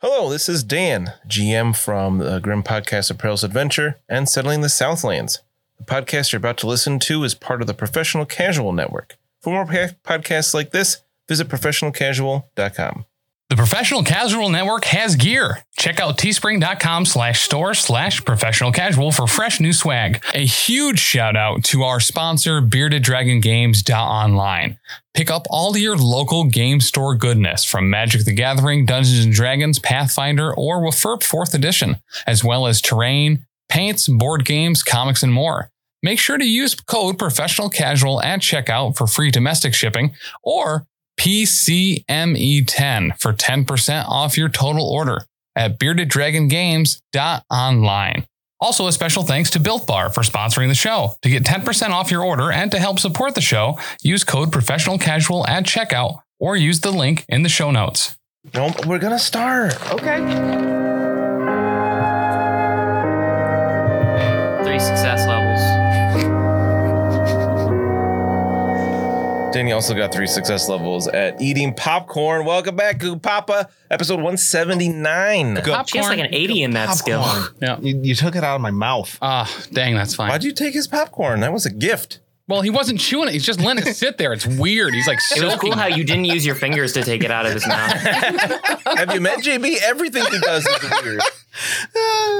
Hello, this is Dan, GM from the Grim Podcast of Perilous Adventure and Settling the Southlands. The podcast you're about to listen to is part of the Professional Casual Network. For more pa- podcasts like this, visit professionalcasual.com. The Professional Casual Network has gear. Check out teespring.com slash store slash professional casual for fresh new swag. A huge shout out to our sponsor, Bearded Dragon Games.online. Pick up all your local game store goodness from Magic the Gathering, Dungeons and Dragons, Pathfinder, or Wafurp 4th Edition, as well as terrain, paints, board games, comics, and more. Make sure to use code professional casual at checkout for free domestic shipping or PCME10 E for 10% off your total order at beardeddragongames.online. Also, a special thanks to Built Bar for sponsoring the show. To get 10% off your order and to help support the show, use code professional casual at checkout or use the link in the show notes. No, we're going to start. Okay. Three success levels. Danny also got three success levels at eating popcorn. Welcome back, Goo Papa, episode 179. Go. She has like an 80 in that skill. Yeah. You, you took it out of my mouth. Ah, dang, that's fine. Why'd you take his popcorn? That was a gift. Well, he wasn't chewing it. He's just letting it sit there. It's weird. He's like It was soaking. cool how you didn't use your fingers to take it out of his mouth. Have you met JB? Everything he does is weird.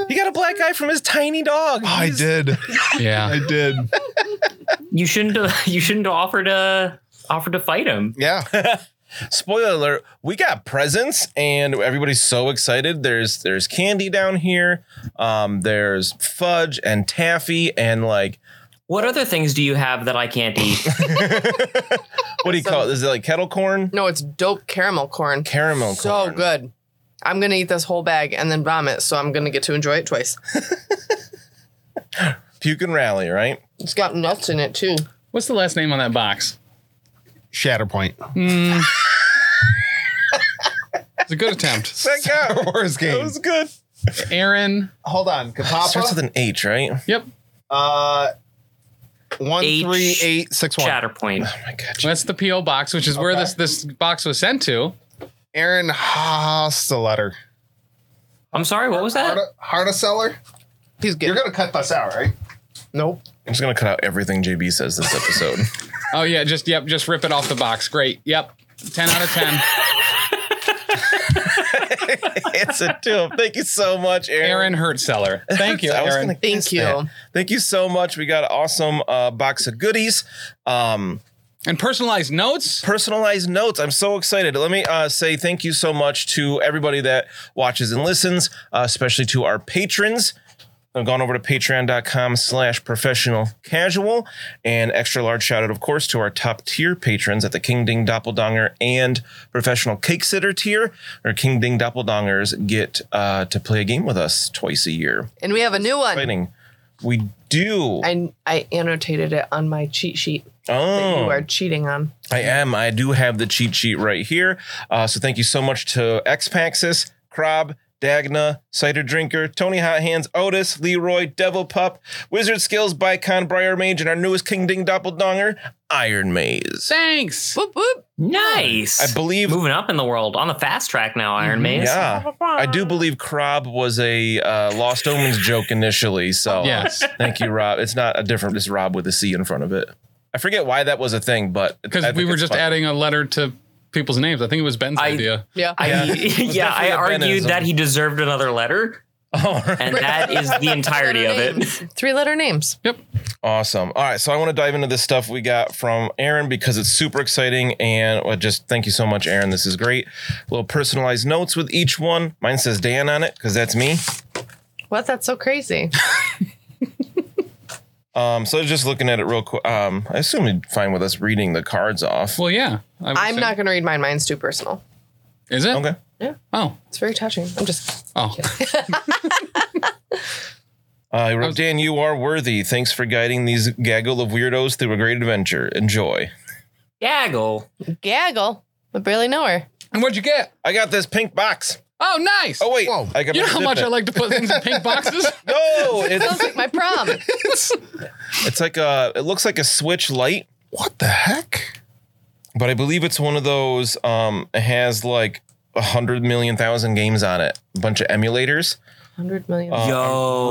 He got a black eye from his tiny dog. I He's- did. Yeah. I did. You shouldn't. have- You shouldn't have offered to offered to fight him. Yeah. spoiler alert, we got presents and everybody's so excited. There's there's candy down here. Um, there's fudge and taffy and like What other things do you have that I can't eat? what do you call it? Is it like kettle corn? No, it's dope caramel corn. Caramel so corn. good. I'm gonna eat this whole bag and then vomit, so I'm gonna get to enjoy it twice. Puke and rally, right? It's got nuts in it too. What's the last name on that box? Shatterpoint. It's a good attempt. That Star got- Wars that game. was good. Aaron. Hold on. Starts with Kapapa. an H, right? Oh Yep. Uh, one H- three eight six one. Shatterpoint. Oh my god. That's the PO box, which is where Okay. this this box was sent to. Aaron Hosteletter. I'm sorry. What was that? Hardiseller. He's You're good. gonna cut this out, right? Nope. I'm just gonna cut out everything JB says this episode. Oh yeah, just yep, just rip it off the box. Great. Yep. Ten out of ten. it's a tip. Thank you so much, Aaron Hertzseller. Thank you, I was Aaron. gonna Thank guess you. that. Thank you so much. We got an awesome uh, box of goodies. Um, And personalized notes. personalized notes. I'm so excited. Let me uh, say thank you so much to everybody that watches and listens, uh, especially to our patrons. I've gone over to patreon.com slash professional casual and extra large shout out, of course, to our top tier patrons at the King Ding Doppeldonger and professional cake sitter tier. Our King Ding Doppeldongers get uh, to play a game with us twice a year. And we have a new one. Exciting. We do. I I annotated it on my cheat sheet that oh. you are cheating on. I am. I do have the cheat sheet right here. Uh, so thank you so much to Xpaxis, Krob, Dagna, Cider Drinker, Tony Hot Hands, Otis, Leroy, Devil Pup, Wizard Skills, Bicon, Briar Mage, and our newest King Ding Doppeldonger, Iron Maze. Thanks. Boop boop. Nice. I believe, Mm-hmm. Moving up in the world on the fast track now, Iron Maze. yeah, I do believe Krob was a uh, Lost Omens joke initially. So Yes. thank you, Rob. It's not a different, just Rob with a C in front of it. I forget why that was a thing, but I Because think we were it's just fun. adding a letter to people's names. I think it was Ben's I- idea. Yeah. I, Yeah. yeah, was definitely I a argued Benism. that he deserved another letter, Oh, right. and that is the entirety of it. Three letter names. Awesome. All right. So I want to dive into this stuff we got from Aaron because it's super exciting. And well, just thank you so much, Aaron. This is great. Little personalized notes with each one. Mine says Dan on it because that's me. What? That's so crazy. Um, so just looking at it real quick. Um, I assume you'd fine with us reading the cards off. Well, yeah. I would I'm say. not gonna read mine. Mine's too personal. Is it? Okay. Oh. It's very touching. I'm just Oh. Uh, he wrote, Dan, you are worthy. Thanks for guiding these gaggle of weirdos through a great adventure. Enjoy. Gaggle. gaggle. I barely know her. and what'd you get? I got this pink box. Oh, nice. Oh, wait. Whoa. I got you know how zip much it. I like to put things in pink boxes? No, Sounds it's, like my prom. it's like a, it looks like a Switch light. What the heck? but I believe it's one of those. Um, it has like a hundred million thousand games on it, a bunch of emulators. Hundred million. Uh, I'm Yo,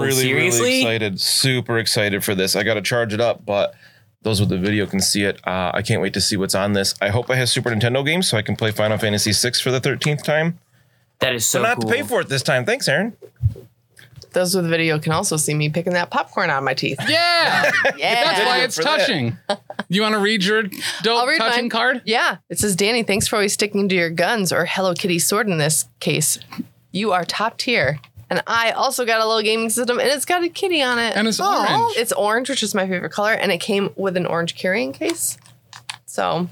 Oh, seriously? really excited, super excited for this. I got to charge it up, but those with the video can see it. Uh, I can't wait to see what's on this. I hope I have Super Nintendo games so I can play Final Fantasy VI for the thirteenth time. That is so But not cool. to pay for it this time. Thanks, Aaron. Those with video can also see me picking that popcorn out of my teeth. Yeah, that's did why it it's for that. touching. You want to read your dope I'll read touching mine. card? Yeah. It says, Danny, thanks for always sticking to your guns or Hello Kitty sword in this case. You are top tier. And I also got a little gaming system and it's got a kitty on it. And it's orange. It's orange, which is my favorite color. And it came with an orange carrying case. So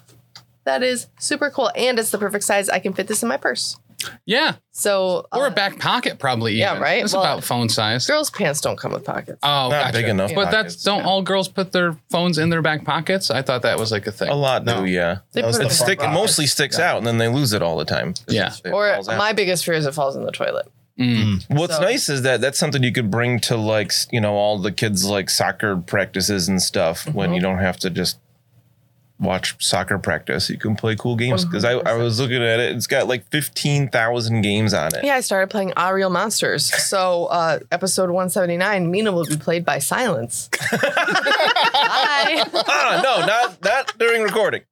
that is super cool. And it's the perfect size. I can fit this in my purse. Yeah, So, or uh, a back pocket probably. yeah, even. right? It's Well, about phone size. girls' pants don't come with pockets. Oh, Not gotcha. big enough. But that's pockets. don't all girls put their phones in their back pockets? I thought that was like a thing. a lot. No. No, yeah. They That was put the it in front Stick it row. mostly sticks out, and then they lose it all the time. Yeah. It Or falls out. my biggest fear is it falls in the toilet. Mm. What's So- nice is that that's something you could bring to like s- you know all the kids like soccer practices and stuff when you don't have to just watch soccer practice. You can play cool games because I, I was looking at it. It's got like fifteen thousand games on it. Yeah, I started playing Ah Real Monsters. So, uh, episode 179, Mina will be played by Silence. Bye. Ah, no, not not during recording.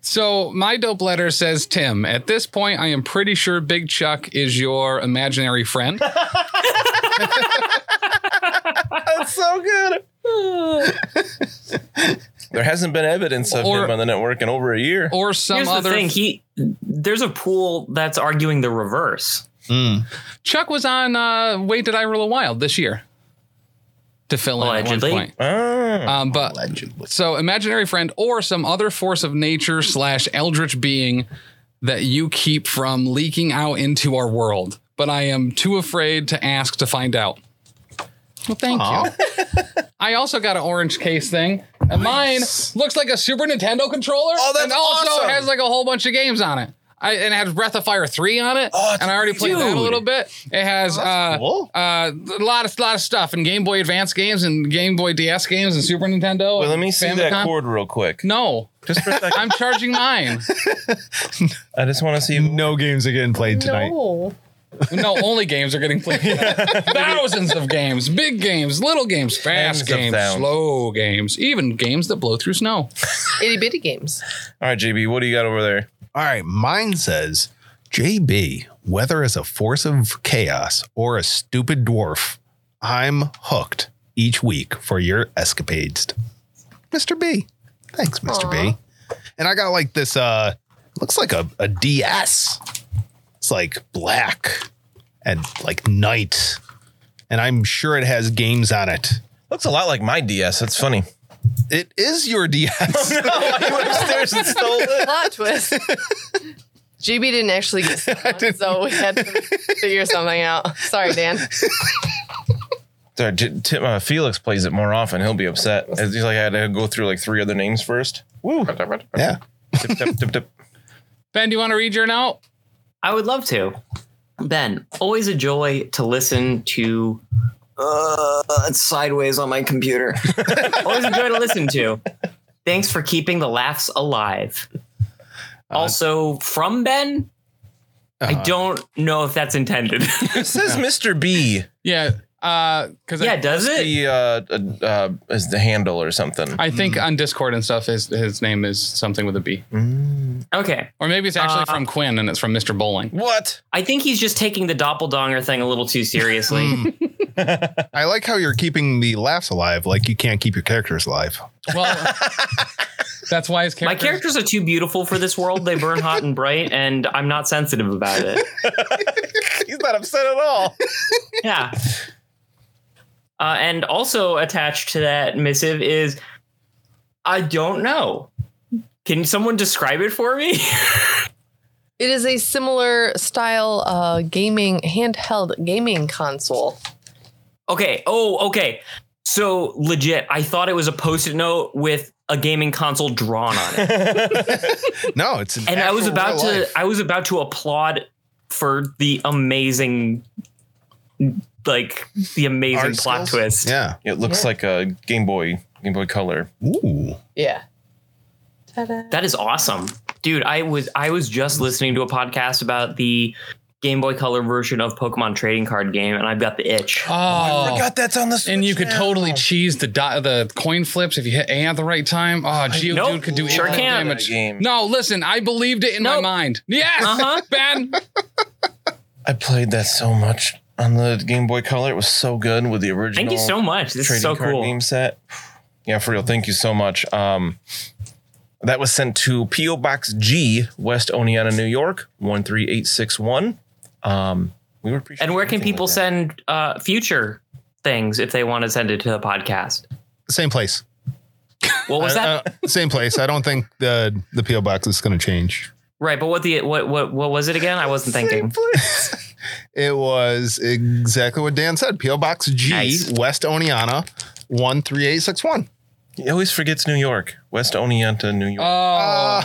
So my dope letter says, Tim, at this point, I am pretty sure Big Chuck is your imaginary friend. That's so good. there hasn't been evidence of Or- him on the network in over a year. or some Here's other the thing. He there's a pool that's arguing the reverse. Chuck was on uh, Wait Did I Rule a Wild this year to fill in Allegedly. at one point. Ah, Um, but Allegedly. so imaginary friend or some other force of nature slash eldritch being that you keep from leaking out into our world. But I am too afraid to ask to find out. Well, thank you. I also got an orange case thing. And mine looks like a Super Nintendo controller. Oh, that's and also awesome. has like a whole bunch of games on it. I, and it has Breath of Fire 3 on it. Oh, it's and I already played that a Dude. little bit. It has uh, cool. uh, a lot of lot of stuff and Game Boy Advance games and Game Boy DS games and Super Nintendo. well, let and me see Famicom. that cord real quick. No, Just for a second. I'm charging mine. I just want to see. No games are getting played tonight. No. no, only games are getting played. Thousands of games, big games, little games, fast Tens of games, thousands. slow games, even games that blow through snow. Itty bitty games. All right, JB, what do you got over there? All right, mine says JB, whether as a force of chaos or a stupid dwarf, I'm hooked each week for your escapades. Mr. B. Thanks, Mr. B. And I got like this uh looks like a, a DS. It's like black and like night. And I'm sure it has games on it. Looks a lot like my DS. That's funny. It is your DS. I went upstairs and stole it. Plot twist. GB uh, didn't actually get that one, so we had to figure something out. Sorry, Dan. Sorry, J- Tim, uh, Felix plays it more often. He'll be upset. It's- He's like, I had to go through like three other names first. Woo. Tip, yeah. tip, tip, tip. Ben, do you want to read your note? I would love to. Ben, always a joy to listen to. Uh, it's sideways on my computer. always a joy to listen to. Thanks for keeping the laughs alive. Also, from Ben, I don't know if that's intended. It says Mr. B. Yeah, uh, because yeah, does it? The uh, uh, uh, is the handle or something. I, I think on Discord and stuff, his his name is something with a B, Okay. or maybe it's actually Uh, from Quinn and it's from Mr. Bowling. what? I think he's just taking the doppeldonger thing a little too seriously. I like how you're keeping the laughs alive, like you can't keep your characters alive. Well, that's why his character. My characters are too beautiful for this world. They burn hot and bright, and I'm not sensitive about it. He's not upset at all. yeah. Uh, and also attached to that missive is I don't know. Can someone describe it for me? It is a similar style uh, gaming, handheld gaming console. okay. Oh, okay. So legit, I thought it was a post-it note with a gaming console drawn on it. No, it's an And I was actual about real to life. I was about to applaud for the amazing like the amazing Art plot skills? twist. Yeah. It looks like a Game Boy, Game Boy Color. Ooh. Yeah. That is awesome. dude, I was I was just listening to a podcast about the Game Boy Color version of Pokemon Trading Card Game, and I've got the itch. I Oh, forgot that's on the Switch and you could now. totally cheese the di- the coin flips if you hit A at the right time. Oh, Geodude Nope, could do sure infinite can. damage. Game. No, listen, I believed it in my Nope. mind. Yes, Uh-huh. Ben. I played that so much on the Game Boy Color. It was so good with the original. Thank you so much. This is trading so card cool. game set. Yeah, for real. Thank you so much. Um, that was sent to PO Box G, West Oneonta, New York, one three eight six one. Um, we would appreciate. And where can anything people like that. send uh, future things if they want to send it to the podcast? Same place. What was that? Uh, same place. I don't think the the PO box is going to change. right, but what the what what what was it again? I wasn't thinking. It was exactly what Dan said. PO box G, Nice. West Oneonta, one three eight six one. He always forgets New York, West Oneonta, New Uh,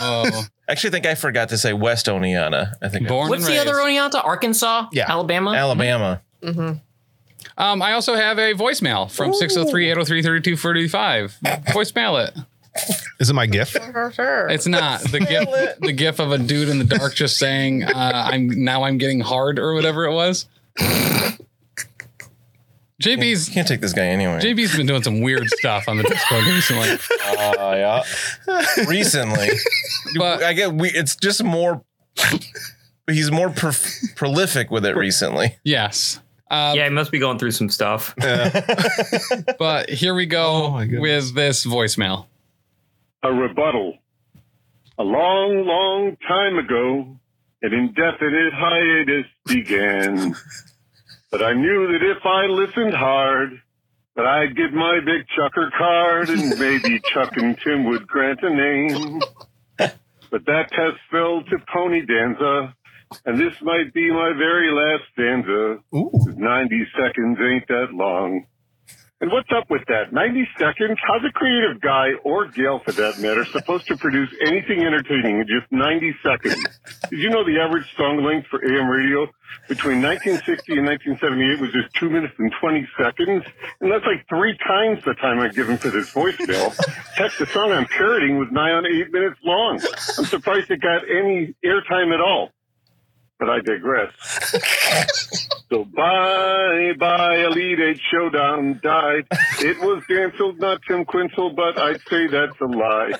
York. Oh, Actually, I think I forgot to say West Oneonta. I think born What's and the other raised. Oneonta? Arkansas? Yeah. Alabama? Alabama. Um, I also have a voicemail from 603-803-3245. Voicemail it. Is it my gift? It's not the gif. The gif of a dude in the dark just saying, uh, "I'm now I'm getting hard" or whatever it was. You JB's can't take this guy anyway. JB's been doing some weird stuff on the Discord recently, Uh, yeah. Recently, but I get we. It's just more. He's more prof- prolific with it recently. yes. yeah, I must be going through some stuff. But here we Oh go my goodness. with this voicemail. a rebuttal. A long, long time ago, an indefinite hiatus began. But I knew that if I listened hard, that I'd get my big Chucker card and maybe Chuck and Tim would grant a name. But that test fell to Pony Danza, and this might be my very last stanza. Ooh. 90 seconds ain't that long. And what's up with that? 90 seconds? How's a creative guy, or Gail for that matter, supposed to produce anything entertaining in just 90 seconds? Did you know the average song length for AM radio between 1960 and 1978 was just 2 minutes and 20 seconds? And that's like three times the time I've given for this voicemail. Heck, the song I'm parroting was nigh on 8 minutes long. I'm surprised it got any airtime at all. But I digress. So bye bye Elite Eight Showdown died. It was canceled, not Tim Quinzel, but I'd say that's a lie.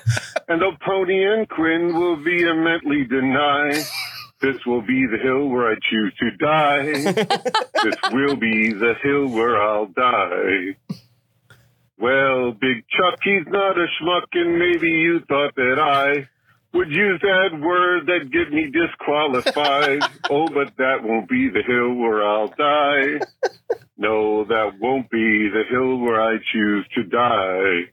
And though Pony and Quinn will vehemently deny, this will be the hill where I choose to die. This will be the hill where I'll die. Well, Big Chuck, he's not a schmuck, and maybe you thought that I would use that word that get me disqualified. oh, but that won't be the hill where I'll die. No, that won't be the hill where I choose to die.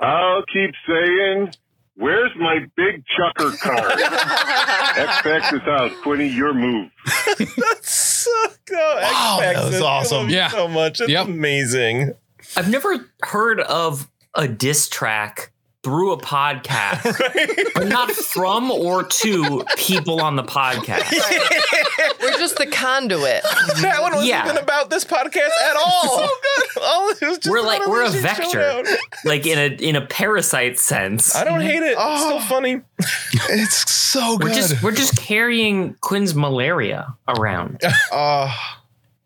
I'll keep saying, where's my big chucker card? X is out. Quinny, your move. That's so good. Wow, that was awesome. Yeah. So much. That's Yep. amazing. I've never heard of a diss track through a podcast, but not from or to people on the podcast. We're just the conduit. that one wasn't Yeah. even about this podcast at all. so good. All it was just We're like- about we're a Elite Eight vector. Showdown. Like in a in a parasite sense. I don't hate it. It's still funny. It's so We're good. just we're just carrying Quinn's malaria around. Uh,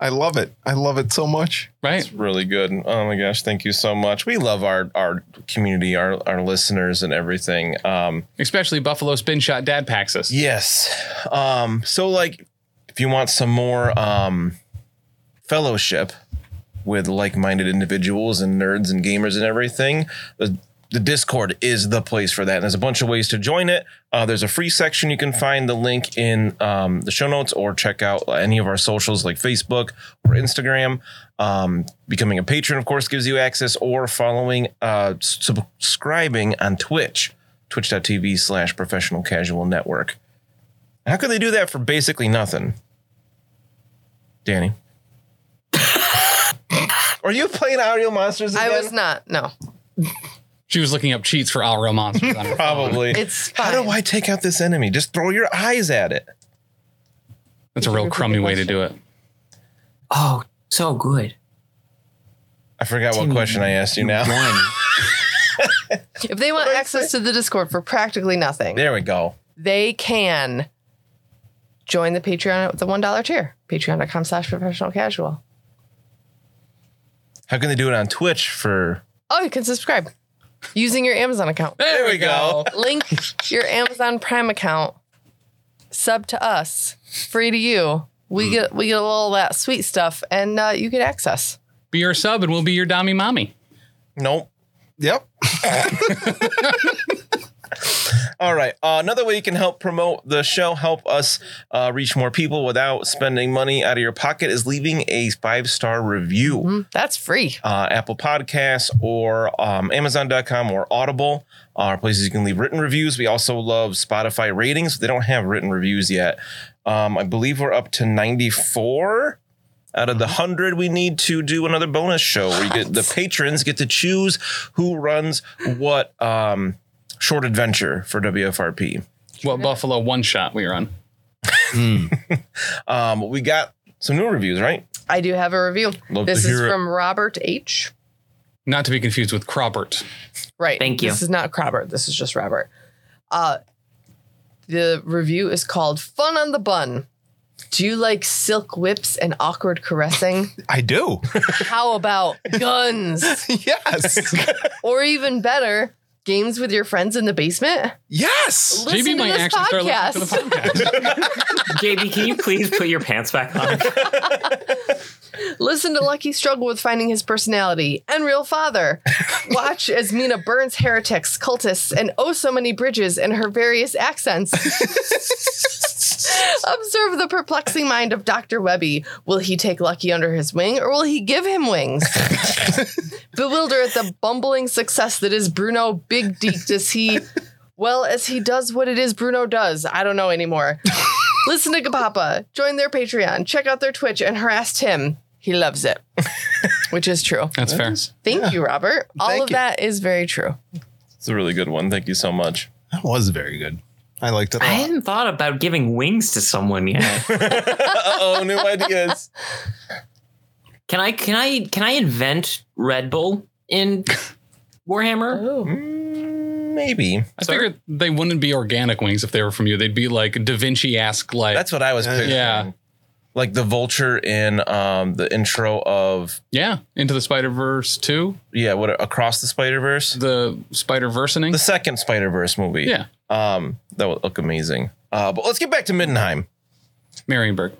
I love it. I love it so much. Right? Really good. Oh my gosh, thank you so much. We love our our community, our our listeners, and everything. Um, Especially Buffalo Spin Shot Dad Paxus. Yes. Um, so like if you want some more um fellowship with like-minded individuals and nerds and gamers and everything, the the Discord is the place for that. And there's a bunch of ways to join it. Uh, there's a free section. You can find the link in um, the show notes or check out any of our socials like Facebook or Instagram. Um, becoming a patron, of course, gives you access or following, uh, subscribing on Twitch twitch.tv slash professional casual network. How could they do that for basically nothing? Danny. Are you playing Audio Monsters I again? was not. No, She was looking up cheats for Outreal Monsters. on her phone. Probably. it's fine. How do I take out this enemy? Just throw your eyes at it. That's a real crummy way to do it. Oh, so good. I forgot what question I asked you now. One. If they want access to the Discord for practically nothing, There we go. they can join the Patreon at the $1 tier, patreon.com slash professional casual. How can they do it on Twitch for? Oh, you can subscribe using your Amazon account. There we go. Link your Amazon Prime account, sub to us, free to you. We Hmm. get we get a little of that sweet stuff, and uh, you get access. Be your sub and we'll be your Dommy Mommy. Nope. Yep. All right. Uh, another way you can help promote the show, help us uh, reach more people without spending money out of your pocket, is leaving a five star review. Hmm, That's free. uh, Apple Podcasts or um, Amazon.com or Audible are places you can leave written reviews. We also love Spotify ratings. They don't have written reviews yet. Um, I believe we're up to 94 out of the 100 we need to do another bonus show where you get, the patrons get to choose who runs what um, short adventure for WFRP. What Buffalo one shot we were on. Um, we got some new reviews, right? I do have a review. Love this to is hear it. from Robert H. Not to be confused with Cropert. Right. Thank you. This is not Robert. This is just Robert. Uh, the review is called "Fun on the Bun." Do you like silk whips and awkward caressing? I do. How about guns? yes. Or even better, games with your friends in the basement? yes. Listen to this podcast. listening to the podcast. JB, can you please put your pants back on? Listen to Lucky struggle with finding his personality and real father. Watch as Mina burns heretics, cultists, and oh so many bridges in her various accents. Observe the perplexing mind of Dr. Webby. Will he take Lucky under his wing or will he give him wings? Bewilder at the bumbling success that is Bruno Big Deek. Does he, well, as he does what it is Bruno does? I don't know anymore. Listen to Kapapa, join their Patreon, check out their Twitch, and harass Tim. He loves it, which is true. That's fair. Thank you, Robert. All Thank of you. that is very true. It's a really good one. Thank you so much. That was very good. I liked it a I lot. hadn't thought about giving wings to someone yet. Uh oh, new ideas. Can I can I can I invent Red Bull in Warhammer? Oh, Mm, maybe. I figured they wouldn't be organic wings if they were from you. They'd be like Da Vinci esque, like That's what I was picturing. yeah. Like the vulture in um the intro of yeah, into the Spider Verse two, yeah, what across the Spider Verse, the Spider Versening. the second Spider Verse movie. Yeah, um, that would look amazing. Uh, but let's get back to Middenheim. Marienburg.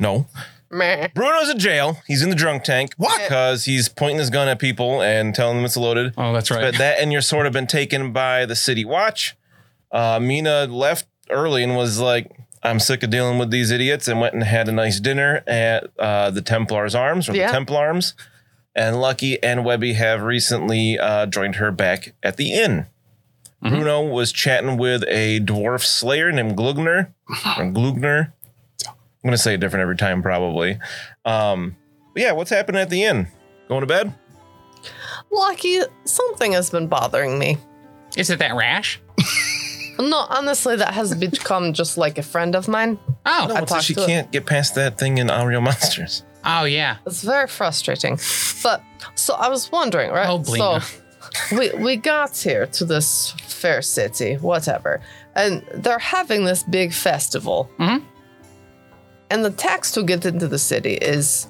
No, Meh. Bruno's in jail. He's in the drunk tank. What? Because he's pointing his gun at people and telling them it's loaded. Oh, that's right. But that and you're sort of been taken by the city watch. Uh, Mina left early and was like, I'm sick of dealing with these idiots and went and had a nice dinner at uh, the Templar's Arms or Yeah. the Templarms. And Lucky and Webby have recently uh, joined her back at the inn. Mm-hmm. Bruno was chatting with a dwarf slayer named Glugner. Or Glugner. I'm going to say it different every time, probably. Um, but yeah, what's happening at the inn? Going to bed? Lucky, something has been bothering me. Is it that rash? No, honestly, that has become just like a friend of mine. Oh, No, it's I that talked she to it. can't get past that thing in Unreal Monsters. oh yeah. It's very frustrating. But so I was wondering, right? Oh, Blina. So we we got here to this fair city, whatever, and they're having this big festival. Mhm. And the tax to get into the city is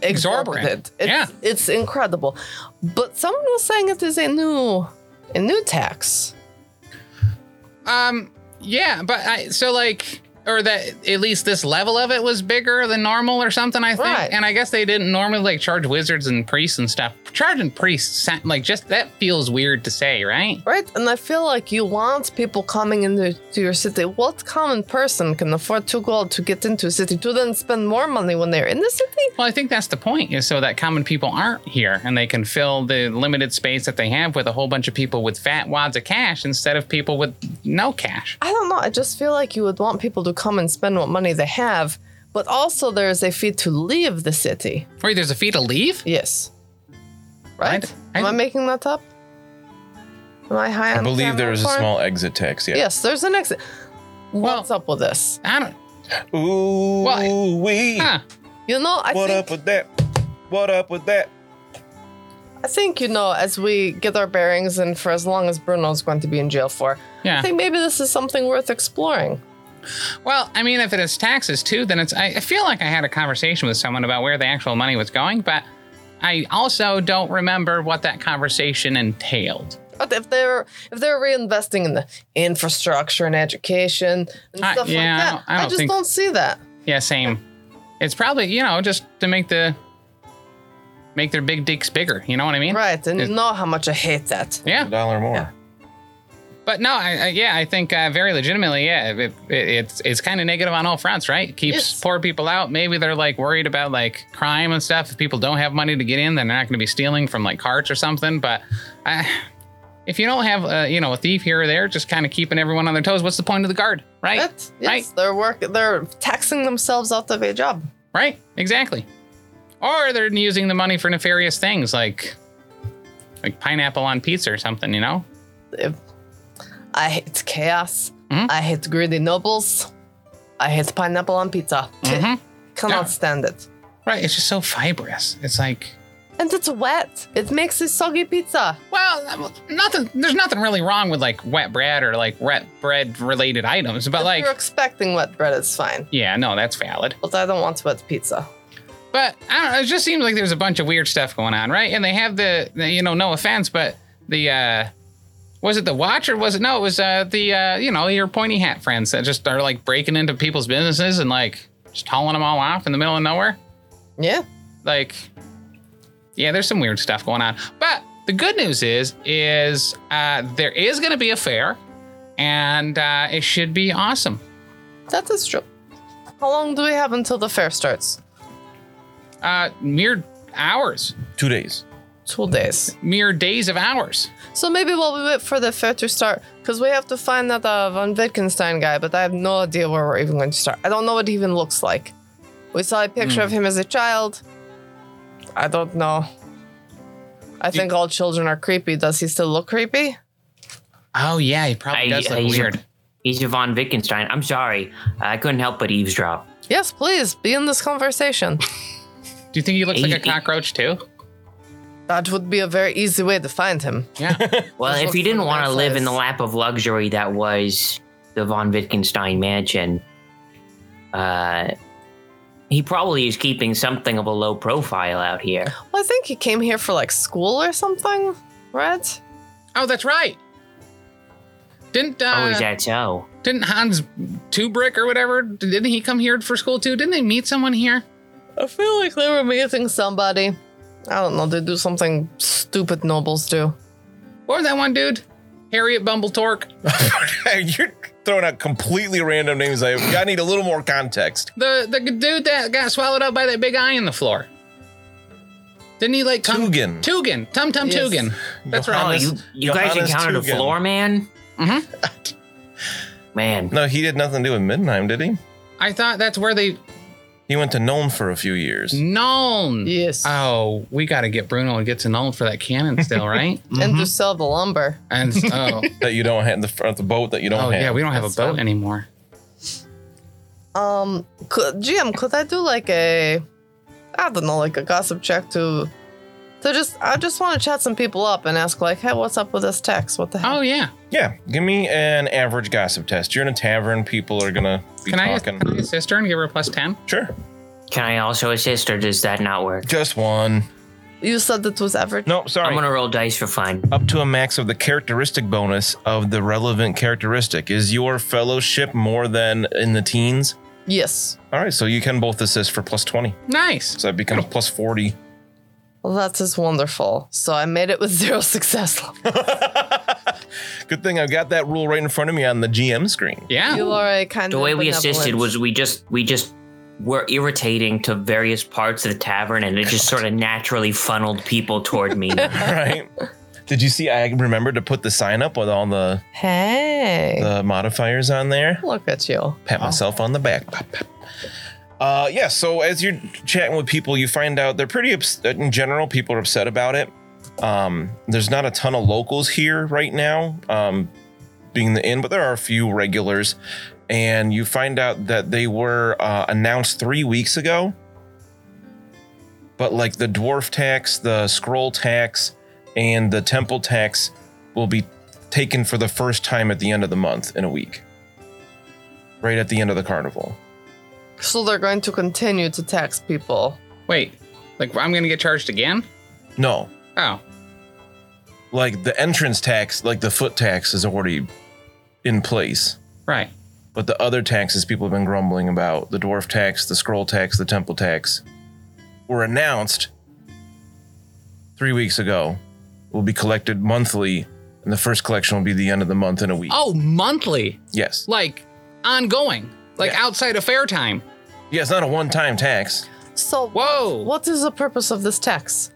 Exorbitant. exorbitant. It's, Yeah. it's incredible. But someone was saying it is a new a new tax. Um, yeah, but I so like or that at least this level of it was bigger than normal or something. I think, Right. and I guess they didn't normally like charge wizards and priests and stuff. Charging priests, sa- like just that feels weird to say, right? Right? And I feel like you want people coming into to your city. What common person can afford two gold to get into a city to then spend more money when they're in the city? Well, I think that's the point is so that common people aren't here and they can fill the limited space that they have with a whole bunch of people with fat wads of cash instead of people with no cash. I don't know. I just feel like you would want people to come and spend what money they have, but also there is a fee to leave the city. Wait, there's a fee to leave? Yes. Right? I- Am I making that up? Am I high on I believe camera there is a porn? small exit tax. Yeah. Yes, there's an exit. What's up with this? I don't. Ooh wee. Huh. You know, I What think up with that? What up with that? I think, you know, as we get our bearings and for as long as Bruno's going to be in jail for, I Yeah. think maybe this is something worth exploring. Well, I mean, if it is taxes too, then it's. I, I feel like I had a conversation with someone about where the actual money was going, but I also don't remember what that conversation entailed. But if they're if they're reinvesting in the infrastructure and education and I- stuff yeah, I like don't- that, I I, don't just think- don't see that. Yeah, same. It's probably you know just to make the make their big dicks bigger. You know what I mean? Right, and you It- know how much I hate that. Yeah. A dollar more. But no, I, I, yeah, I think uh, very legitimately, yeah, it, it, it's it's kind of negative on all fronts, right? Keeps Yes. poor people out. Maybe they're like worried about like crime and stuff. If people don't have money to get in, then they're not going to be stealing from like carts or something. But I, if you don't have uh, you know a thief here or there, just kind of keeping everyone on their toes. What's the point of the guard, right? That's, yes, Right. they're work they're taxing themselves out of a job. Right? Exactly. Or they're using the money for nefarious things like like pineapple on pizza or something. You know? If- I hate chaos. Mhm. I hate greedy nobles. I hate pineapple on pizza. Mhm. Cannot Yeah. stand it. Right? It's just so fibrous. It's like. And it's wet. It makes a soggy pizza. Well, nothing. There's nothing really wrong with like wet bread or like wet bread related items, but if like, you're expecting wet bread, it's fine. yeah, no, that's valid. But I don't want wet pizza. But I don't know. It just seems like there's a bunch of weird stuff going on, right? And they have the, the you know, no offense, but the uh was it the watch or was it no? It was uh the uh you know your pointy hat friends that just are like breaking into people's businesses and like just hauling them all off in the middle of nowhere. Yeah. like yeah there's some weird stuff going on but the good news is is uh, there is going to be a fair and uh, it should be awesome That is true. How long do we have until the fair starts? uh, mere hours Two days. Two days. mere days of hours So maybe while we wait for the fair to start, because we have to find that uh, von Wittgenstein guy, but I have no idea where we're even going to start. I don't know what he even looks like. We saw a picture of him as a child. I don't know. I Do you- think all children are creepy. Does he still look creepy? oh yeah he probably I- does look I- weird He's Yvonne Wittgenstein. I'm sorry. I couldn't help but eavesdrop. Yes, please be in this conversation. do you think he looks like He- a he- cockroach too that would be a very easy way to find him. yeah Well, Just if you look didn't from want that to live size. in the lap of luxury that was the von Wittgenstein mansion, uh, he probably is keeping something of a low profile out here. Well, I think he came here for like school or something, right? oh that's right didn't oh, is uh, that so? didn't Hans Tubrick or whatever didn't he come here for school too? Didn't they meet someone here? I feel like they were meeting somebody. I don't know. They do something stupid nobles do. What was that one dude? Harriet Bumbletorque. You're throwing out completely random names. I, I need a little more context. The the dude that got swallowed up by that big eye in the floor. Didn't he like come Tugan. Tugan? Tum Tum Yes. Tugan. That's right. Oh, Johannes- you, you guys Johannes encountered Tugan. a floor man? Mhm. Man, Mm-hmm. No, he did nothing to do with Midnight, did he? I thought that's where they He went to Nome for a few years. known. Yes. Oh, we got to get Bruno and get to Nolan for that cannon still, right? And to sell the lumber. And oh, That you don't have the front the boat that you don't oh have. yeah, we don't have a That's boat fun. anymore. Um, could, GM, could I do like a, I don't know, like a gossip check to, to just, I just want to chat some people up and ask like, hey, what's up with this tax? What the hell? Oh yeah. Yeah, give me an average gossip test. You're in a tavern. People are gonna be Can I, talking. can I assist her and give her a plus ten? sure, can I also assist or does that not work? just one. You said it was average. No, I'm sorry. going to roll dice for fun. Up to a max of the characteristic bonus of the relevant characteristic. Is your fellowship more than in the teens? Yes. All right, so you can both assist for plus twenty. Nice. So that becomes plus forty. Well, that is wonderful. So I made it with zero success. Good thing I've got that rule right in front of me on the GM screen. Yeah. You are a kind The of way we assisted benevolent- was we just we just were irritating to various parts of the tavern, and it just sort of naturally funneled people toward me. All right. Did you see? I remembered to put the sign up with all the Hey. the modifiers on there. Look at you. Pat myself on the back. Pop, pop. Uh, yeah, so as you're chatting with people, you find out they're pretty ups- uh, in general, people are upset about it. Um, there's not a ton of locals here right now, um, being the inn, but there are a few regulars. And you find out that they were uh, announced three weeks ago but like the dwarf tax, the scroll tax, and the temple tax will be taken for the first time at the end of the month in a week. Right at the end of the carnival. So they're going to continue to tax people. Wait, like I'm gonna get charged again? No, Oh, like the entrance tax, like the foot tax is already in place. right. But the other taxes people have been grumbling about, the dwarf tax, the scroll tax, the temple tax, were announced three weeks ago. Will be collected monthly, and the first collection will be the end of the month in a week. Oh, monthly, Yes. like ongoing, like Yeah. outside of fair time. Yeah, it's not a one time tax. So Whoa. What is the purpose of this tax?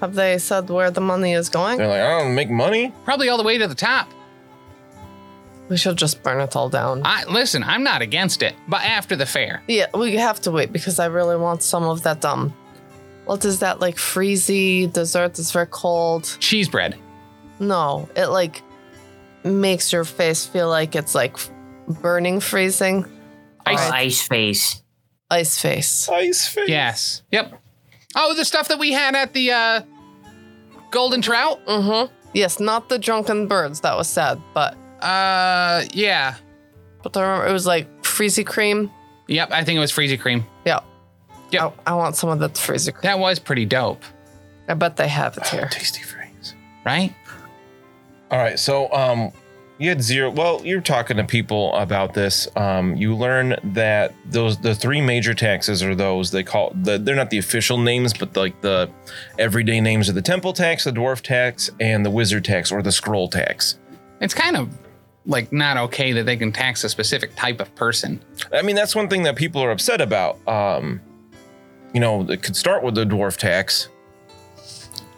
Have they said where the money is going? They're like, I don't make money. Probably all the way to the top. We should just burn it all down. I listen. I'm not against it, but after the fair. yeah, we have to wait because I really want some of that um what is that like freezy dessert that's very cold? Cheese bread. No, it like makes your face feel like it's like f- burning freezing. Ice. Oh, ice face. Ice face. Ice face. Yes. Yep. Oh, the stuff that we had at the uh, Golden Trout. Mm-hmm. Yes, not the drunken birds, that was sad, but Uh, yeah. but I remember it was like freezy cream. Yep. I think it was Freezy Cream. Yeah. Yep. I, I want some of that freezy cream. That was pretty dope, I bet they have it here. Tasty freeze. right? All right, so um, you had zero. Well, you're talking to people about this. Um, you learn that those the three major taxes are those they call the, they're not the official names, but like the everyday names of the temple tax, the dwarf tax, and the wizard tax or the scroll tax. It's kind of like not okay that they can tax a specific type of person. I mean, that's one thing that people are upset about. Um, you know, it could start with the dwarf tax.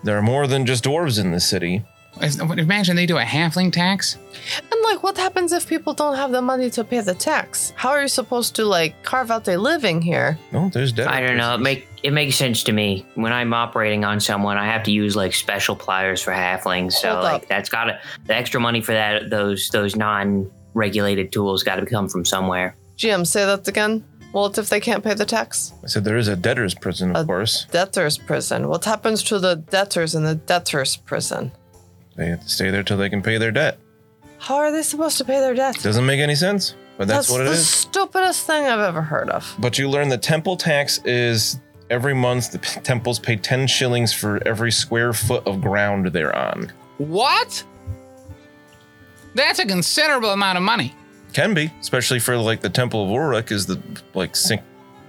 There are more than just dwarves in this city. Is- Imagine they do a halfling tax. And like, what happens if people don't have the money to pay the tax? How are you supposed to like carve out a living here? No, there's dead. I don't know. It make it makes sense to me. When I'm operating on someone, I have to use like special pliers for halflings. So Hold like up. that's gotta the extra money for that those those non regulated tools gotta come from somewhere. GM, say that again. What if they can't pay the tax? I said there is a debtor's prison, of A- course. Debtor's prison. What happens to the debtors in the debtor's prison? They have to stay there till they can pay their debt. How are they supposed to pay their debts? Doesn't make any sense, but that's, what it the is. stupidest thing I've ever heard of. But you learn the temple tax is every month the p- temples pay 10 shillings for every square foot of ground they're on. What? That's a considerable amount of money. Can be, especially for like the Temple of Uruk is the like sink,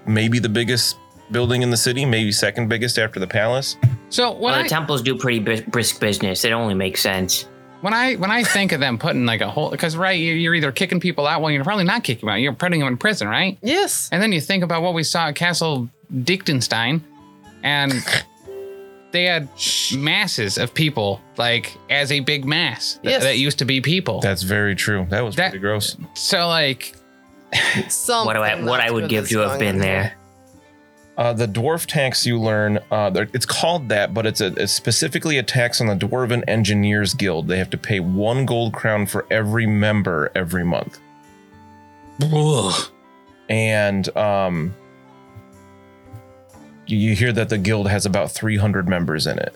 maybe the biggest building in the city, maybe second biggest after the palace. So when Well, I the temples do pretty bris- brisk business. It only makes sense. when I when I think of them putting like a whole because right you- you're either kicking people out well you're probably not kicking them out you're putting them in prison right Yes. and then you think about what we saw at Castle Dichtenstein and they had masses of people like as a big mass th- Yes. that used to be people That's very true. That was That- pretty gross. so like Some. what do I what I would give to have been there. Uh, the dwarf tax you learn, uh, they're- it's called that, but it's, a, it's specifically a tax on the Dwarven Engineers Guild. They have to pay one gold crown for every member every month. And um, you- you hear that the guild has about 300 members in it.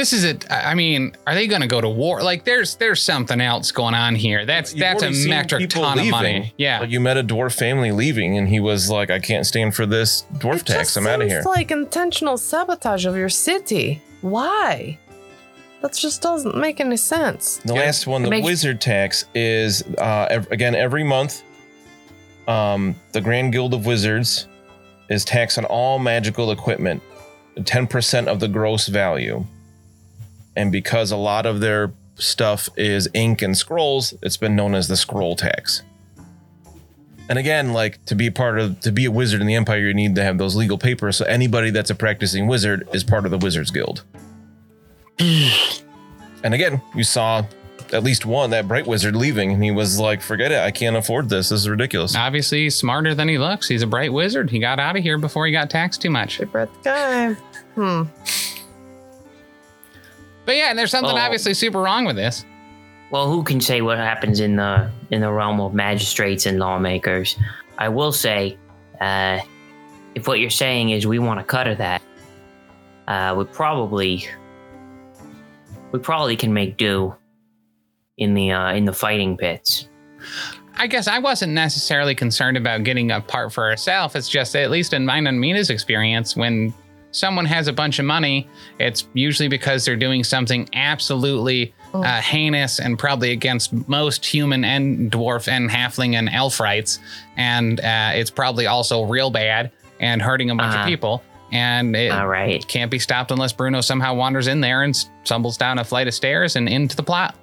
this is it I I mean are they gonna go to war like there's there's something else going on here that's You've that's a already seen metric people ton of money leaving. yeah Like, you met a dwarf family leaving, and he was like, I can't stand for this dwarf It tax. just I'm out of seems here. like intentional sabotage of your city. Why? That just doesn't make any sense. The Yeah. last one, the It makes- wizard tax, is uh, ev- again every month. Um, the Grand Guild of Wizards is taxed on all magical equipment, ten percent of the gross value. And because a lot of their stuff is ink and scrolls, it's been known as the scroll tax. And again, like to be part of to be a wizard in the empire, you need to have those legal papers. So anybody that's a practicing wizard is part of the Wizards Guild. And again, you saw at least one that bright wizard leaving, and he was like, "Forget it, I can't afford this. This is ridiculous." obviously he's smarter than he looks. He's a bright wizard. He got out of here before he got taxed too much. Big red guy. Hmm. But yeah, there's something Oh. obviously super wrong with this. Well, who can say what happens in the in the realm of magistrates and lawmakers? I will say, uh, if what you're saying is we want to cut of that, uh, we probably we probably can make do in the uh, in the fighting pits. I guess I wasn't necessarily concerned about getting a part for herself. It's just at least in mine and Mina's experience, when someone has a bunch of money, it's usually because they're doing something absolutely uh, heinous and probably against most human and dwarf and halfling and elf rights, and uh, it's probably also real bad and hurting a bunch Uh-huh. of people. And it All right. can't be stopped unless Bruno somehow wanders in there and stumbles down a flight of stairs and into the plot.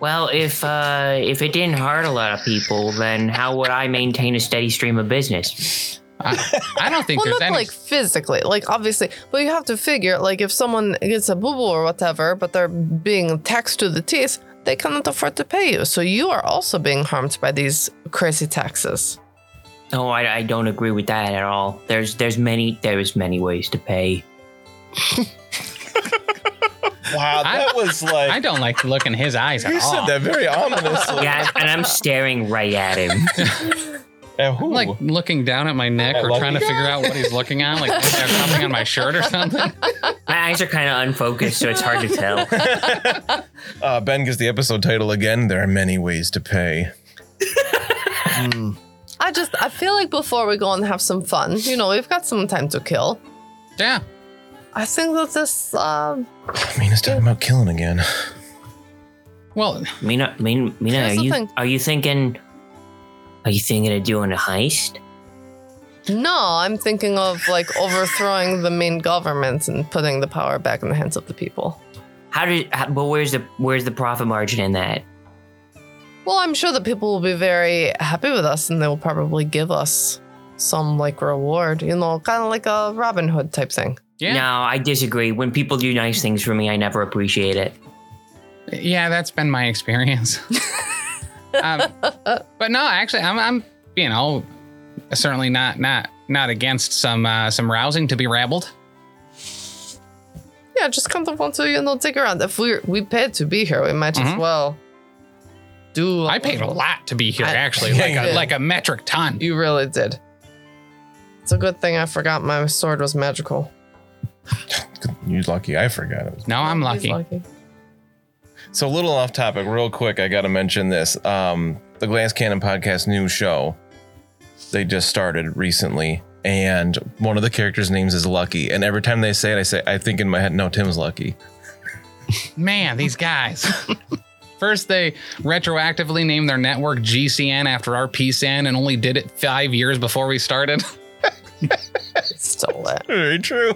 Well, if uh, if it didn't hurt a lot of people, then how would I maintain a steady stream of business? I don't think Well, there's not any. like physically, like obviously, but you have to figure like if someone gets a boo boo or whatever, but they're being taxed to the teeth, they cannot afford to pay you. So you are also being harmed by these crazy taxes. No, I, I don't agree with that at all. There's there's many there's many ways to pay. Wow, I- that was like I don't like to look in his eyes at you said all. that very ominously. Yeah, and I'm staring right at him. And who? I'm like looking down at my neck I or love trying to you. figure out what he's looking at, like is there something on my shirt or something. My eyes are kind of unfocused, so it's hard to tell. uh, ben gives the episode title again. There are many ways to pay. I just I feel like before we go and have some fun, you know, we've got some time to kill. Yeah. I think that this uh, I mean, it's talking about killing again. Well, Mina, Mina, Mina are Here's the you thing. are you thinking? Are you thinking of doing a heist? no, I'm thinking of like overthrowing the main government and putting the power back in the hands of the people. How did? How, but where's the where's the profit margin in that? Well, I'm sure that people will be very happy with us and they will probably give us some like reward, you know, kind of like a Robin Hood type thing. yeah. No, I disagree. When people do nice things for me, I never appreciate it. Yeah, that's been my experience. um, but no, actually, I'm, I'm, you know, certainly not, not, not against some, uh, some rousing to be rabbled. Yeah, just kind of want to, you know, dig around. If we we paid to be here, we might as Mhm. well do. I paid a lot to be here, I- actually, Yeah, like you a, did. like a metric ton. You really did. It's a good thing I forgot my sword was magical. You're lucky. I forgot it was No, I'm He's lucky. So a little off topic, real quick, I gotta mention this. Um, the Glass Cannon Podcast new show they just started recently, and one of the characters' names is Lucky. And every time they say it, I say, I think in my head, no, Tim's lucky. Man, these guys. First, they retroactively named their network GCN after our PSN and only did it five years before we started. Stole it. Very true.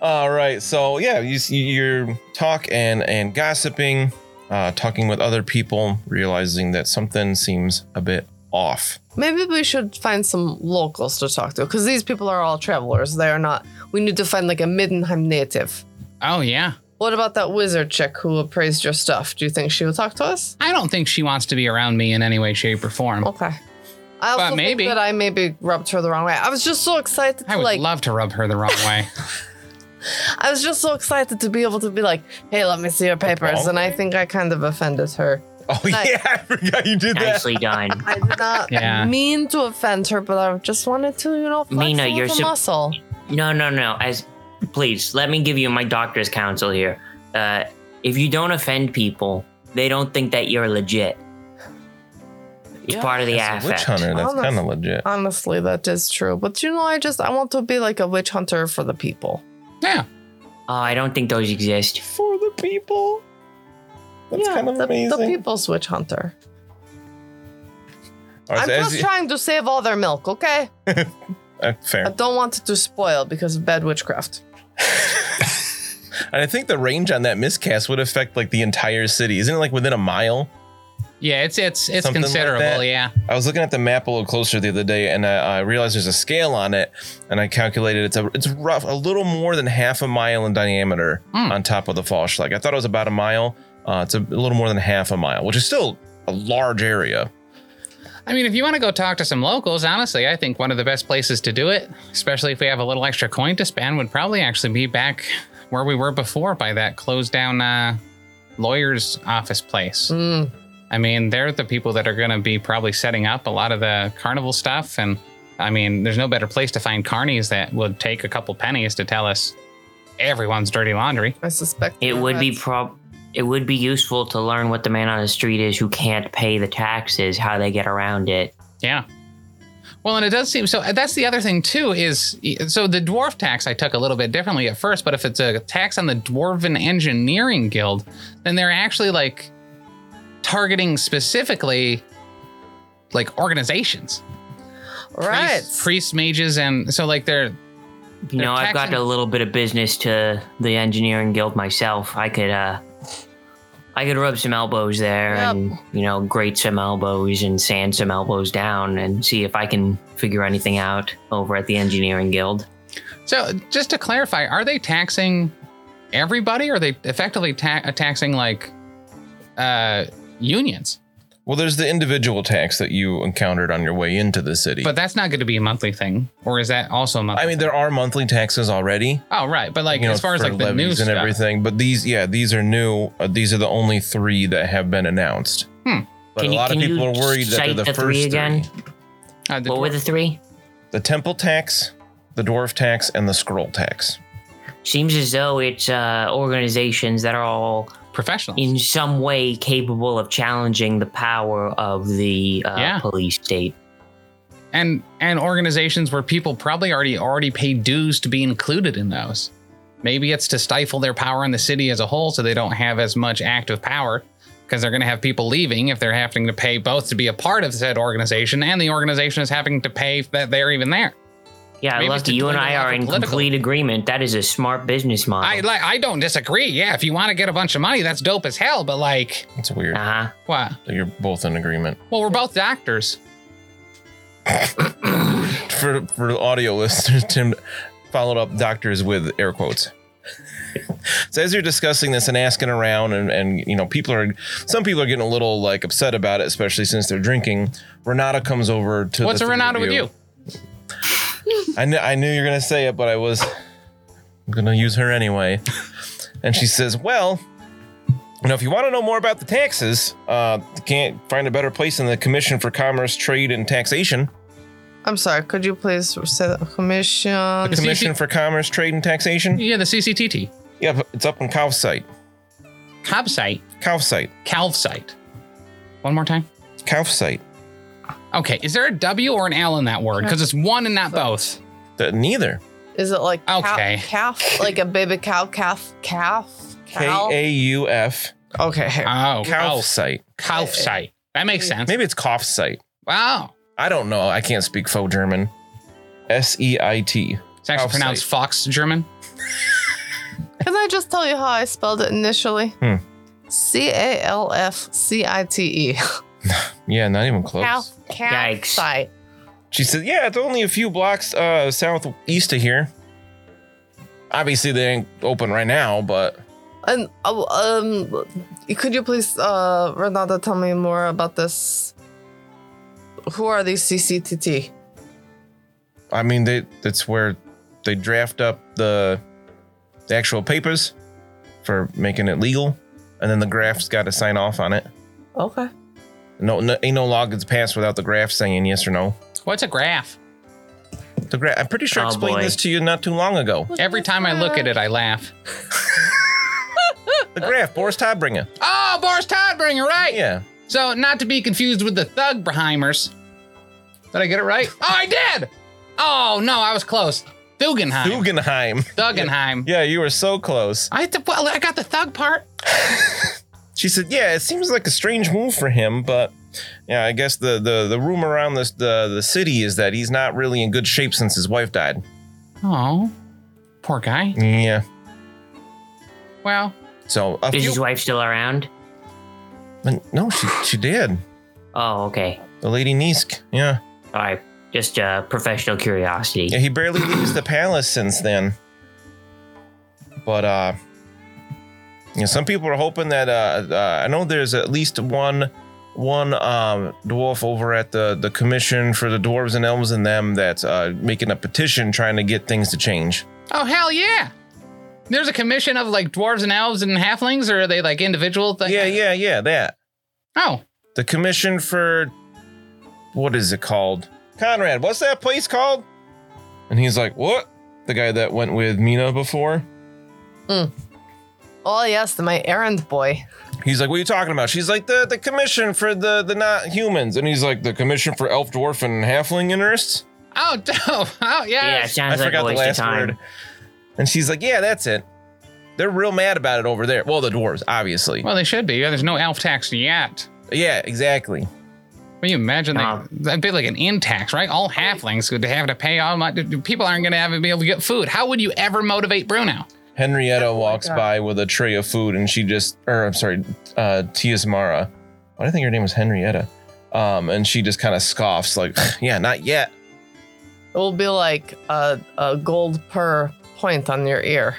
All right, so yeah, you see your talk and and gossiping, uh, talking with other people, realizing that something seems a bit off. Maybe we should find some locals to talk to because these people are all travelers. They are not. We need to find like a Middenheim native. Oh, yeah. What about that wizard chick who appraised your stuff? Do you think she will talk to us? I don't think she wants to be around me in any way, shape, or form. Okay. I also But think maybe. that I maybe rubbed her the wrong way. I was just so excited I to would like love to rub her the wrong way. I was just so excited to be able to be like, hey, let me see your papers. wrong And I think I kind of offended her. Oh Nice. yeah, I forgot you did that. Nicely done. I did not Yeah. mean to offend her, but I just wanted to, you know, flex Mina, a little you're sup- muscle. No, no, no. As please, let me give you my doctor's counsel here. Uh, if you don't offend people, they don't think that you're legit. It's Yeah. part of the That's a witch affect. hunter. That's Honest. kind of legit. Honestly, that is true. But you know, I just I want to be like a witch hunter for the people. yeah. Oh, I don't think those exist. for the people. That's kind of the, amazing. the people's witch hunter. All right, I'm so as just you- trying to save all their milk, okay? uh, I fair. don't want it to spoil because of bad witchcraft. And I think the range on that miscast would affect like the entire city. Isn't it like within a mile? Yeah, it's it's it's Something like considerable, that. yeah. I was looking at the map a little closer the other day, and I, I realized there's a scale on it, and I calculated it's a it's rough a little more than half a mile in diameter Hmm. on top of the Falschlag. I thought it was about a mile. Uh, it's a, little more than half a mile, which is still a large area. I mean, if you want to go talk to some locals, honestly, I think one of the best places to do it, especially if we have a little extra coin to spend, would probably actually be back where we were before by that closed down uh, lawyer's office place. Mm. I mean, they're the people that are going to be probably setting up a lot of the carnival stuff and I mean, there's no better place to find carnies that would take a couple pennies to tell us everyone's dirty laundry. I suspect It would be that's- prob. It would be useful to learn what the man on the street is who can't pay the taxes, how they get around it. Yeah. Well, and it does seem so. uh, That's the other thing too is so the dwarf tax I took a little bit differently at first, but if it's a tax on the dwarven engineering guild, then they're actually like targeting specifically like organizations, right. priests, priests, mages, and so like they're You They're know, I've got taxing- a little bit of business to the engineering guild myself. I could, uh, I could rub some elbows there Yep. and you know grate some elbows and sand some elbows down and see if I can figure anything out over at the engineering guild. So, just to clarify, are they taxing everybody? Or are they effectively ta- taxing like uh, unions? Well, there's the individual tax that you encountered on your way into the city. But that's not going to be a monthly thing, or is that also a monthly? I mean, there are monthly taxes already. oh, right. But like you know, as far as for like the levies news and stuff, everything. But these, yeah, these are new. Uh, these are the only three that have been announced. Hmm. But Can a you- lot of can you people are worried that they're cite the, the first three again? three. Uh, the what were dwarf- the three? The temple tax, the dwarf tax, and the scroll tax. Seems as though it's uh, organizations that are all professionals? in some way capable of challenging the power of the uh, Yeah. police state. and and organizations where people probably already already pay dues to be included in those. Maybe it's to stifle their power in the city as a whole, so they don't have as much active power, because they're going to have people leaving if they're having to pay both to be a part of said organization, and the organization is having to pay that they're even there. Yeah, Maybe it's Lucky, to you and dwindle I off are the in political- complete agreement. That is a smart business model. I like I don't disagree. Yeah, if you want to get a bunch of money, that's dope as hell. But like, It's weird. uh-huh. what? that You're both in agreement. Well, we're both doctors. For for audio listeners, Tim followed up doctors with air quotes. so as you're discussing this and asking around, and and you know, people are some people are getting a little like upset about it, especially since they're drinking. Renata comes over to What's the a three of Renato with you? I knew I knew you were gonna say it, but I was gonna use her anyway. And she says, "Well, you know, if you want to know more about the taxes, uh, you can't find a better place than the Commission for Commerce, Trade, and Taxation. I'm sorry. Could you please say that? Commission. The Commission for Commerce, Trade, and Taxation. Yeah, the CCTT, Yep, it's up in Calvsite. Cobb site, Calvsite. Calv site. One more time. Calvsite. Okay, is there a W or an L in that word? Because it's one and not both. The, neither. Is it like cow- Okay. calf? Like a baby cow calf? Calf? K Uh, Cow? A U F. okay. Oh, Calf, Calvsite. Calf site. That makes sense. Maybe it's Kaufsite. Wow. I don't know. I can't speak faux German. S E I T. It's actually Calf pronounced site. Fox German. Can I just tell you how I spelled it initially? Hmm. C A L F C I T E. Yeah, not even close. Calf. Calf Yikes. site. She said, "Yeah, it's only a few blocks uh, southeast of here. Obviously, they ain't open right now, but And uh, um, could you please, uh, Renata, tell me more about this? Who are these CCTT? I mean, they that's where they draft up the the actual papers for making it legal, and then the graph's got to sign off on it. Okay. No, no ain't no law gets passed without the graph saying yes or no. What's a graph? The graph. I'm pretty sure I Oh, explained boy. this to you not too long ago. Every time I look at it, I laugh. The graph, Boris Todbringer. Oh, Boris Todbringer, right? Yeah, So, not to be confused with the Thugbrheimers. Did I get it right? Oh, I did. Oh, no, I was close. Thugenheim. Guggenheim. Thugenheim. Yeah, you were so close. I, had to, well, I got the thug part. She said, "Yeah, it seems like a strange move for him, but yeah, I guess the the the rumor around this the the city is that he's not really in good shape since his wife died. Oh, poor guy. Yeah, Well, so a Is his few, wife still around? no, she she did. Oh, okay. The lady Nisk. Yeah, All right. Just uh, professional curiosity. yeah, he barely leaves the palace since then. But uh, you know, some people are hoping that uh, uh I know there's at least one one um dwarf over at the the commission for the dwarves and elves and them that's uh making a petition trying to get things to change." Oh hell yeah! There's a commission of like dwarves and elves and halflings, or are they like individual things? Yeah, yeah, yeah, that. Oh, The commission for what is it called? Conrad, what's that place called? And he's like, what? The guy that went with Mina before. Oh yes, my errand boy. He's like, what are you talking about? She's like, the, the commission for the, the not humans. And he's like, the commission for elf, dwarf, and halfling interests? Oh, dope. Oh, Yeah, yeah. sounds I like a forgot the waste of last time. word. And she's like, yeah, that's it. They're real mad about it over there. Well, the dwarves, obviously. Well, they should be. There's no elf tax yet. Yeah, exactly. Well, you imagine Nah. that that'd be like an in tax, right? All halflings would have to pay all my people aren't going to have be able to get food. How would you ever motivate Bruno? Henrietta walks by with a tray of food and she just, or I'm sorry, uh, Tia Samara. Why do I think her name was Henrietta? Um, and she just kind of scoffs, like, yeah, not yet. It will be like a, a gold per point on your ear.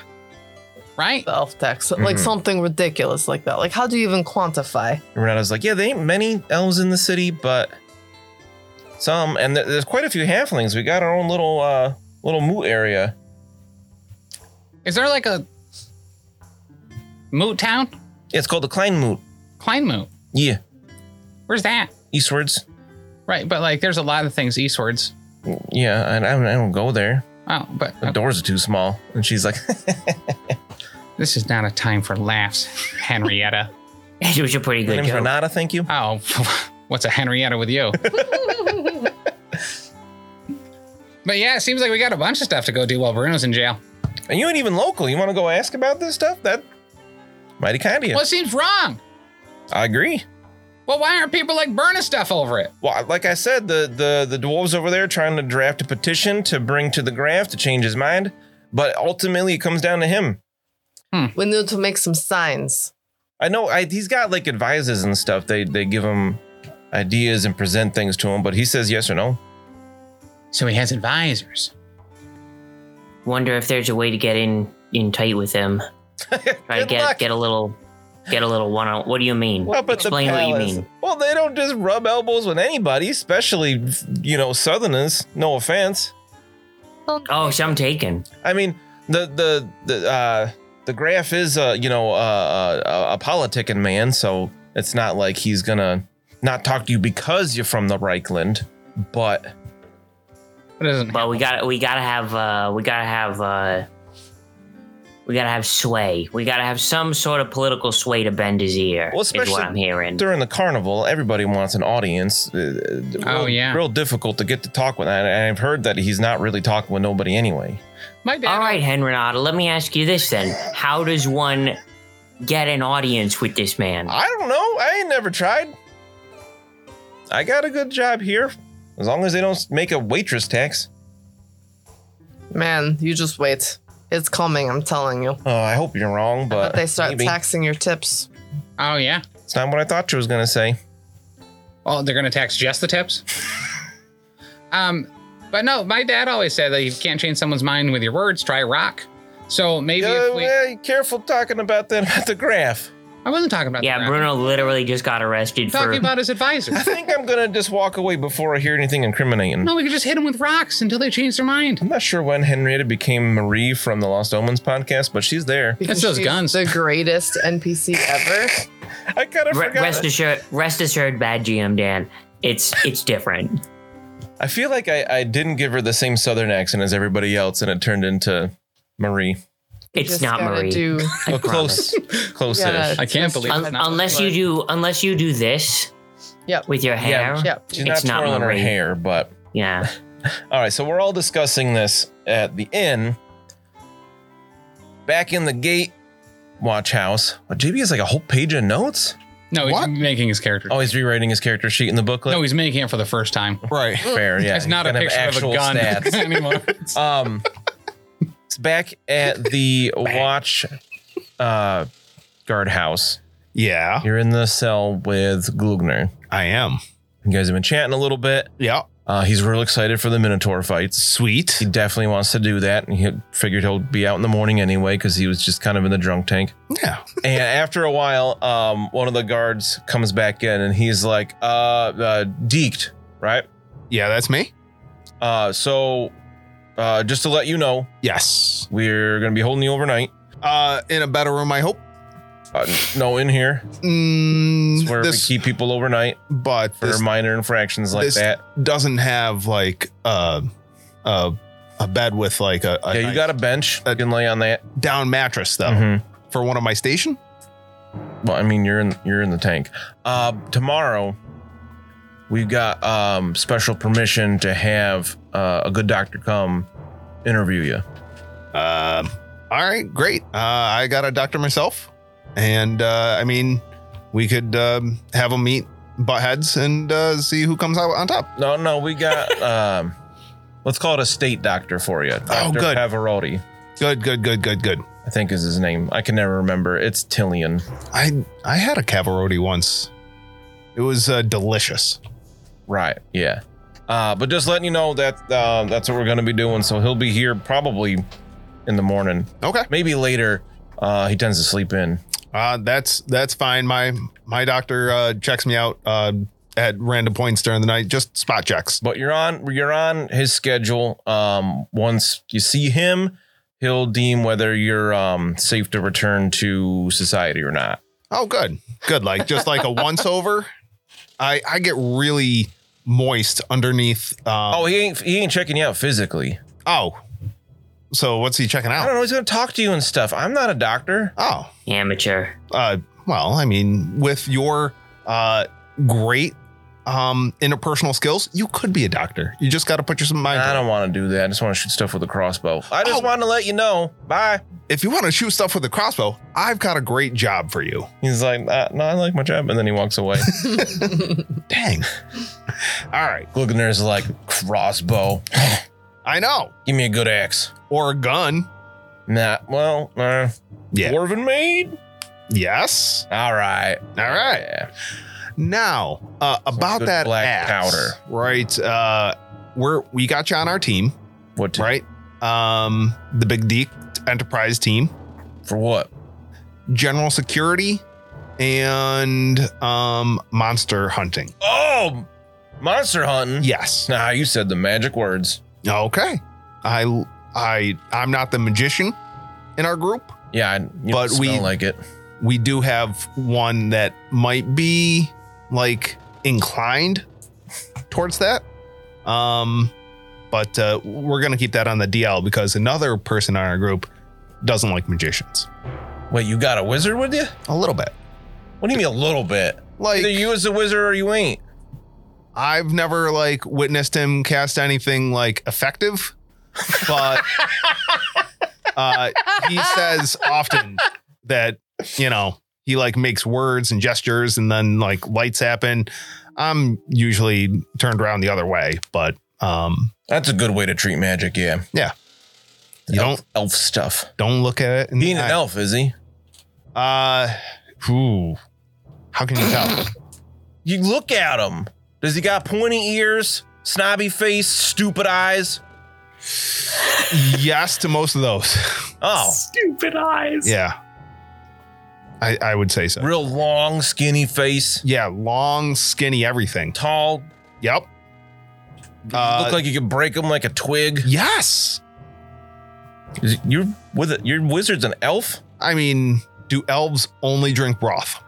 Right? The elf tax, like Mm-hmm. Mhm. something ridiculous like that. Like how do you even quantify? And Renatta's like, yeah, there ain't many elves in the city, but some. And there- there's quite a few halflings. We got our own little, uh, little moot area. Is there like a moot town? Yeah, it's called the Klein Moot. Klein moot. Yeah, Where's that? eastwards. Right, but like there's a lot of things eastwards. Yeah, and I, I don't go there. Oh, but The doors are too small. And she's like, this is not a time for laughs, Henrietta. It was a pretty my good name's joke. Renata, thank you. oh, what's a Henrietta with you? but yeah, it seems like we got a bunch of stuff to go do while Bruno's in jail. And you ain't even local. You want to go ask about this stuff? That mighty kind of you. What seems wrong? I agree. Well, why aren't people like burning stuff over it? Well, like I said, the the the dwarves over there trying to draft a petition to bring to the graph to change his mind, but ultimately it comes down to him. We need to make some signs. I know I, he's got like advisors and stuff. They they give him ideas and present things to him, but he says yes or no. So he has advisors. Wonder if there's a way to get in in tight with him. Try to Good get luck. get a little get a little one on. What do you mean? Up at the Explain what you palace. mean. Well, they don't just rub elbows with anybody, especially you know Southerners. No offense. Oh, so I'm taken. I mean, the the the uh, the graph is uh, you know uh, uh, a politicking man, so it's not like he's gonna not talk to you because you're from the Reichland. But What doesn't But we got to we gotta have uh we gotta have uh we gotta have sway. We gotta have some sort of political sway to bend his ear. Well, is especially what I'm hearing. during the carnival, everybody wants an audience. Uh, uh, Oh, real- yeah. real difficult to get to talk with. And I've heard that he's not really talking with nobody anyway. My dad. All right, Henrenata, let me ask you this then: How does one get an audience with this man? I don't know. I ain't never tried. I got a good job here, as long as they don't make a waitress tax. Man, you just wait. It's coming, I'm telling you. Oh, I hope you're wrong, but But they start maybe. taxing your tips. Oh yeah. it's not what I thought you was gonna say. Oh, they're gonna tax just the tips. um, but no, my dad always said that you can't change someone's mind with your words. Try rock. So maybe Yeah, if we, well, you careful talking about that about the graph. I wasn't talking about yeah, the rock. Bruno literally just got arrested I'm for. talking about his advisors. I think I'm gonna just walk away before I hear anything incriminating. no, we could just hit him with rocks until they change their mind. I'm not sure when Henrietta became Marie from the Lost Omens podcast, but she's there. Because those she's guns. The greatest NPC ever. I kind of Re- forgot. rest assured, rest assured, bad GM Dan. It's it's different. I feel like I, I didn't give her the same Southern accent as everybody else, and it turned into Marie. It's Just not gotta Marie. Do, But close, close gotta ish. I can't just- believe Un- it's not unless you do, unless you do this. Yep. With your hair. Yep. She's It's not not twirling her Marie. hair, but Yeah. all right. So we're all discussing this at the inn. Back in the gate watch house. Well, JB has like a whole page of notes. No, he's What? making his character. Oh, he's rewriting his character sheet in the booklet. no, he's making it for the first time. Right. fair. Yeah, it's not a Gotta picture have of a gun Stats. anymore. um, it's back at the watch uh, guard house. Yeah, You're in the cell with Glugner. I am. You guys have been chatting a little bit. Yeah. Uh, he's real excited for the Minotaur fights. Sweet. He definitely wants to do that, and he figured he'll be out in the morning anyway because he was just kind of in the drunk tank. Yeah. and after a while, um, one of the guards comes back in, and he's like, "Uh, uh Deeked, right?" Yeah, that's me. Uh, so, uh, just to let you know, Yes. we're gonna be holding you overnight. Uh in a better room, I hope. Uh, no, in here Mm, it's where this, we keep people overnight but for this minor infractions like this- that. doesn't have like a a, a bed with like a, a Yeah, nice you got a bench. You can lay on that. down mattress though Mhm. for one of my station. Well, I mean, you're in you're in the tank. Uh, tomorrow, we've got um, special permission to have uh, a good doctor come interview you. Um, all right, great. Uh, I got a doctor myself, and uh, I mean, we could um, have them meet butt heads and uh, see who comes out on top. No, no, we got. um, let's call it a state doctor for you. Dr. Oh, good. Pavarotti, Good, good, good, good, good. I think is his name. I can never remember. It's Tillian. I I had a Cavarotti once. It was uh, delicious. Right. Yeah. Uh, but just letting you know that uh, that's what we're going to be doing. So he'll be here probably in the morning, Okay, maybe later. Uh, he tends to sleep in. uh, that's that's fine. My my doctor uh, checks me out uh, at random points during the night, just spot checks. but you're on you're on his schedule um once you see him he'll deem whether you're um safe to return to society or not Oh, good, good. Like just like a once over. I I get really moist underneath. Um, oh he ain't he ain't checking you out physically Oh. So what's he checking i out? don't know he's gonna talk to you and stuff i'm not a doctor Oh. Amateur. Uh well, I mean, with your uh great um interpersonal skills, you could be a doctor. You just gotta put your mind. i to it. don't want to do that i just want to shoot stuff with a crossbow i just Oh. want to let you know bye If you want to shoot stuff with a crossbow, I've got a great job for you. he's like uh, no i like my job and then he walks away Dang. All right. glugner's like crossbow I know. give me a good axe Or a gun. nah well uh, Yeah. dwarven maid Yes. all right All right. yeah. Now, uh about good that black axe, powder. Right. Uh we're we got you on our team, what to, right? Um the Big Deke Enterprise team. for what general security and um monster hunting. Oh, monster hunting. Yes. Nah, you said the magic words. Okay. I I I'm not the magician in our group. Yeah, I, you But but we we- like it. We do have one that might be like inclined towards that. Um but uh, we're going to keep that on the DL because another person in our group doesn't like magicians. Wait, you got a wizard with you? A little bit. What do you mean a little bit? Like Either you as a wizard or you ain't. I've never like witnessed him cast anything like effective, but uh, he says often that you know he like makes words and gestures, and then like lights happen. I'm usually turned around the other way, but um, That's a good way to treat magic. Yeah, you don't elf stuff. don't look at it. in He ain't the an eye. elf, is he? Uh, ooh, how can you tell? You look at him. Does he got pointy ears, snobby face, stupid eyes? yes to most of those. Oh, Stupid eyes. yeah, I I would say so. real long, skinny face, Yeah, long, skinny, everything. tall. Yep. You Uh, look like you could break him like a twig. yes. Is- You're with it. Your wizard's an elf. I mean, do elves only drink broth?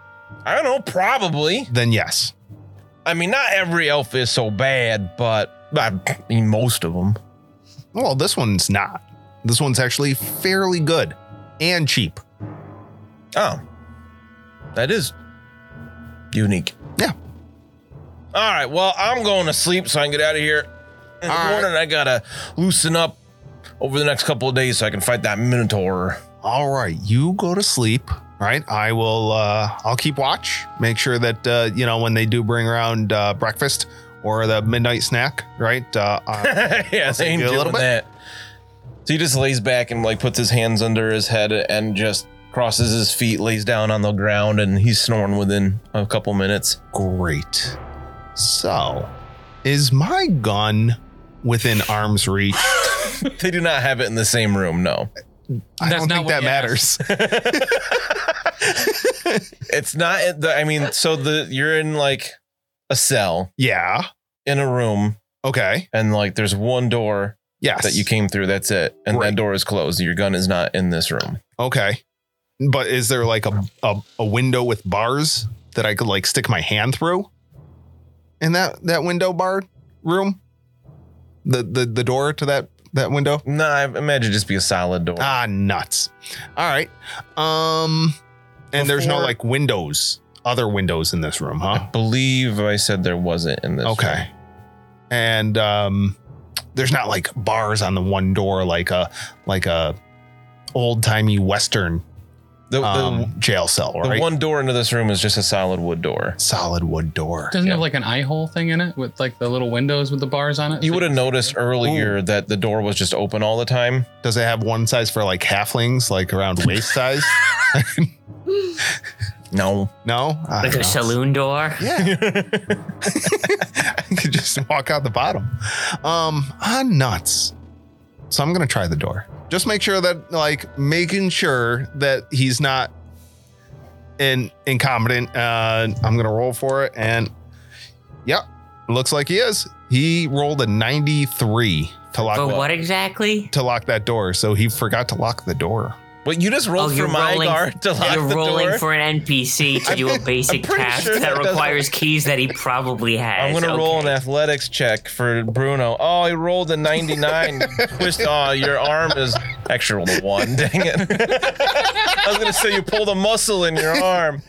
I don't know. Probably. Then yes. I mean, not every elf is so bad, but I mean, most of them. Well, this one's not. This one's actually fairly good and cheap. Oh, that is unique. Yeah. All right. Well, I'm going to sleep so I can get out of here. In the All right. morning, I gotta loosen up over the next couple of days so I can fight that minotaur. All right, you go to sleep. Right, I will. Uh, I'll keep watch. Make sure that uh, you know when they do bring around uh, breakfast or the midnight snack. Right. Uh, I- yeah, they ain't you a doing little bit. that. So he just lays back and like puts his hands under his head and just crosses his feet, lays down on the ground, and he's snoring within a couple minutes. great. So, is my gun within arm's reach? they do not have it in the same room. No. I That's don't think not what that you asked. matters. It's not. at The, I mean, so the you're in like a cell Yeah. in a room, Okay. and like there's one door Yes. that you came through. That's it, and Right. that door is closed. Your gun is not in this room. Okay. But is there like a, a a window with bars that I could like stick my hand through? In that that window bar room, the the the door to that that window. No, I imagine just be a solid door. Ah, nuts. All right. Um, and there's no Before- like windows, other windows in this room, I huh? believe I said there wasn't in this. room. Okay. And um, there's not like bars on the one door like a like a old timey western The, the, um, jail cell, the right? one door into this room is just a solid wood door. Solid wood door. Doesn't it have like an eye hole thing in it with like the little windows with the bars on it. You So would have noticed earlier that the door was just open all the time. Does it have one size for like halflings, like around waist size? No. No, Like I don't a know. saloon door. Yeah. I could just walk out the bottom. Um, ah, nuts. So I'm gonna try the door. Just make sure that, like, making sure that he's not in incompetent. Uh, I'm gonna roll for it, and yep, looks like he is. He rolled a 93 to lock But what exactly? to lock that door, so he forgot to lock the door. But you just rolled Oh, for you're my rolling- guard to lock You're the rolling door. for an NPC to I'm do a pretty- basic I'm pretty task sure that that doesn't- requires keys that he probably has. I'm gonna roll an Okay. athletics check for Bruno. Oh, he rolled a 99. Twist. Oh, your arm is actually rolled a one. Dang it! I was gonna say you pulled a muscle in your arm.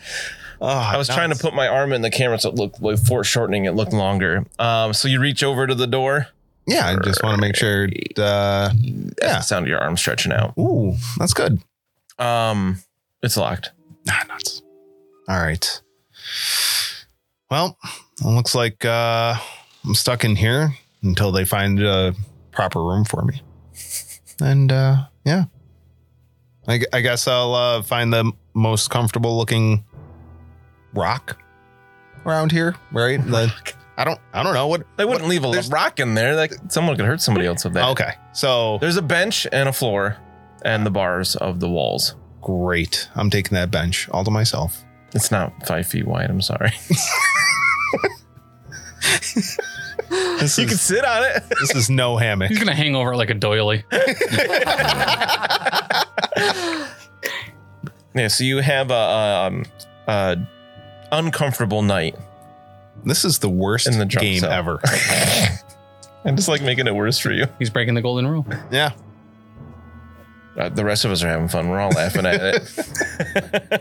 Oh, I was trying to put my arm in the camera so it looked like foreshortening. It looked longer. Um, so you reach over to the door. Yeah, I just want to make sure. Uh, That's Yeah. the sound of your arm stretching out. ooh, that's good. Um, it's locked. Ah, nuts. All right. Well, it looks like uh, I'm stuck in here until they find a proper room for me. And uh, yeah, I, gu- I guess I'll uh, find the most comfortable looking rock around here, right? The, I don't, I don't know what. They wouldn't leave a there's- rock in there. Like someone could hurt somebody else with that. Okay, so There's a bench and a floor, and the bars of the walls. great. I'm taking that bench all to myself. It's not five feet wide. I'm sorry. This you is, can sit on it. this is no hammock. He's gonna hang over it like a doily. Yeah. So you have a, um, a uncomfortable night. This is the worst In the jump game cell. ever. I'm just like making it worse for you. He's breaking the golden rule. yeah. Uh, the rest of us are having fun. We're all laughing at it.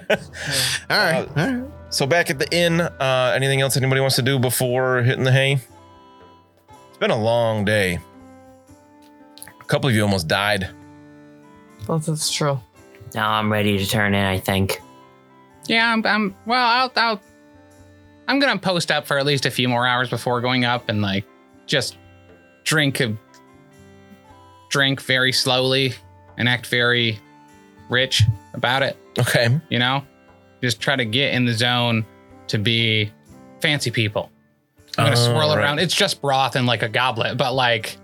All right. Uh, all right. so back at the inn, uh, anything else anybody wants to do before hitting the hay? It's been a long day. A couple of you almost died. Well, that's true. Now I'm ready to turn in. I think. Yeah, I'm. I'm well, I'll, I'll. I'm gonna post up for at least a few more hours before going up and like just drink a drink very slowly and act very rich about it. Okay. You know, just try to get in the zone to be fancy people. I'm gonna Oh, swirl it right. around. It's just broth in like a goblet, but like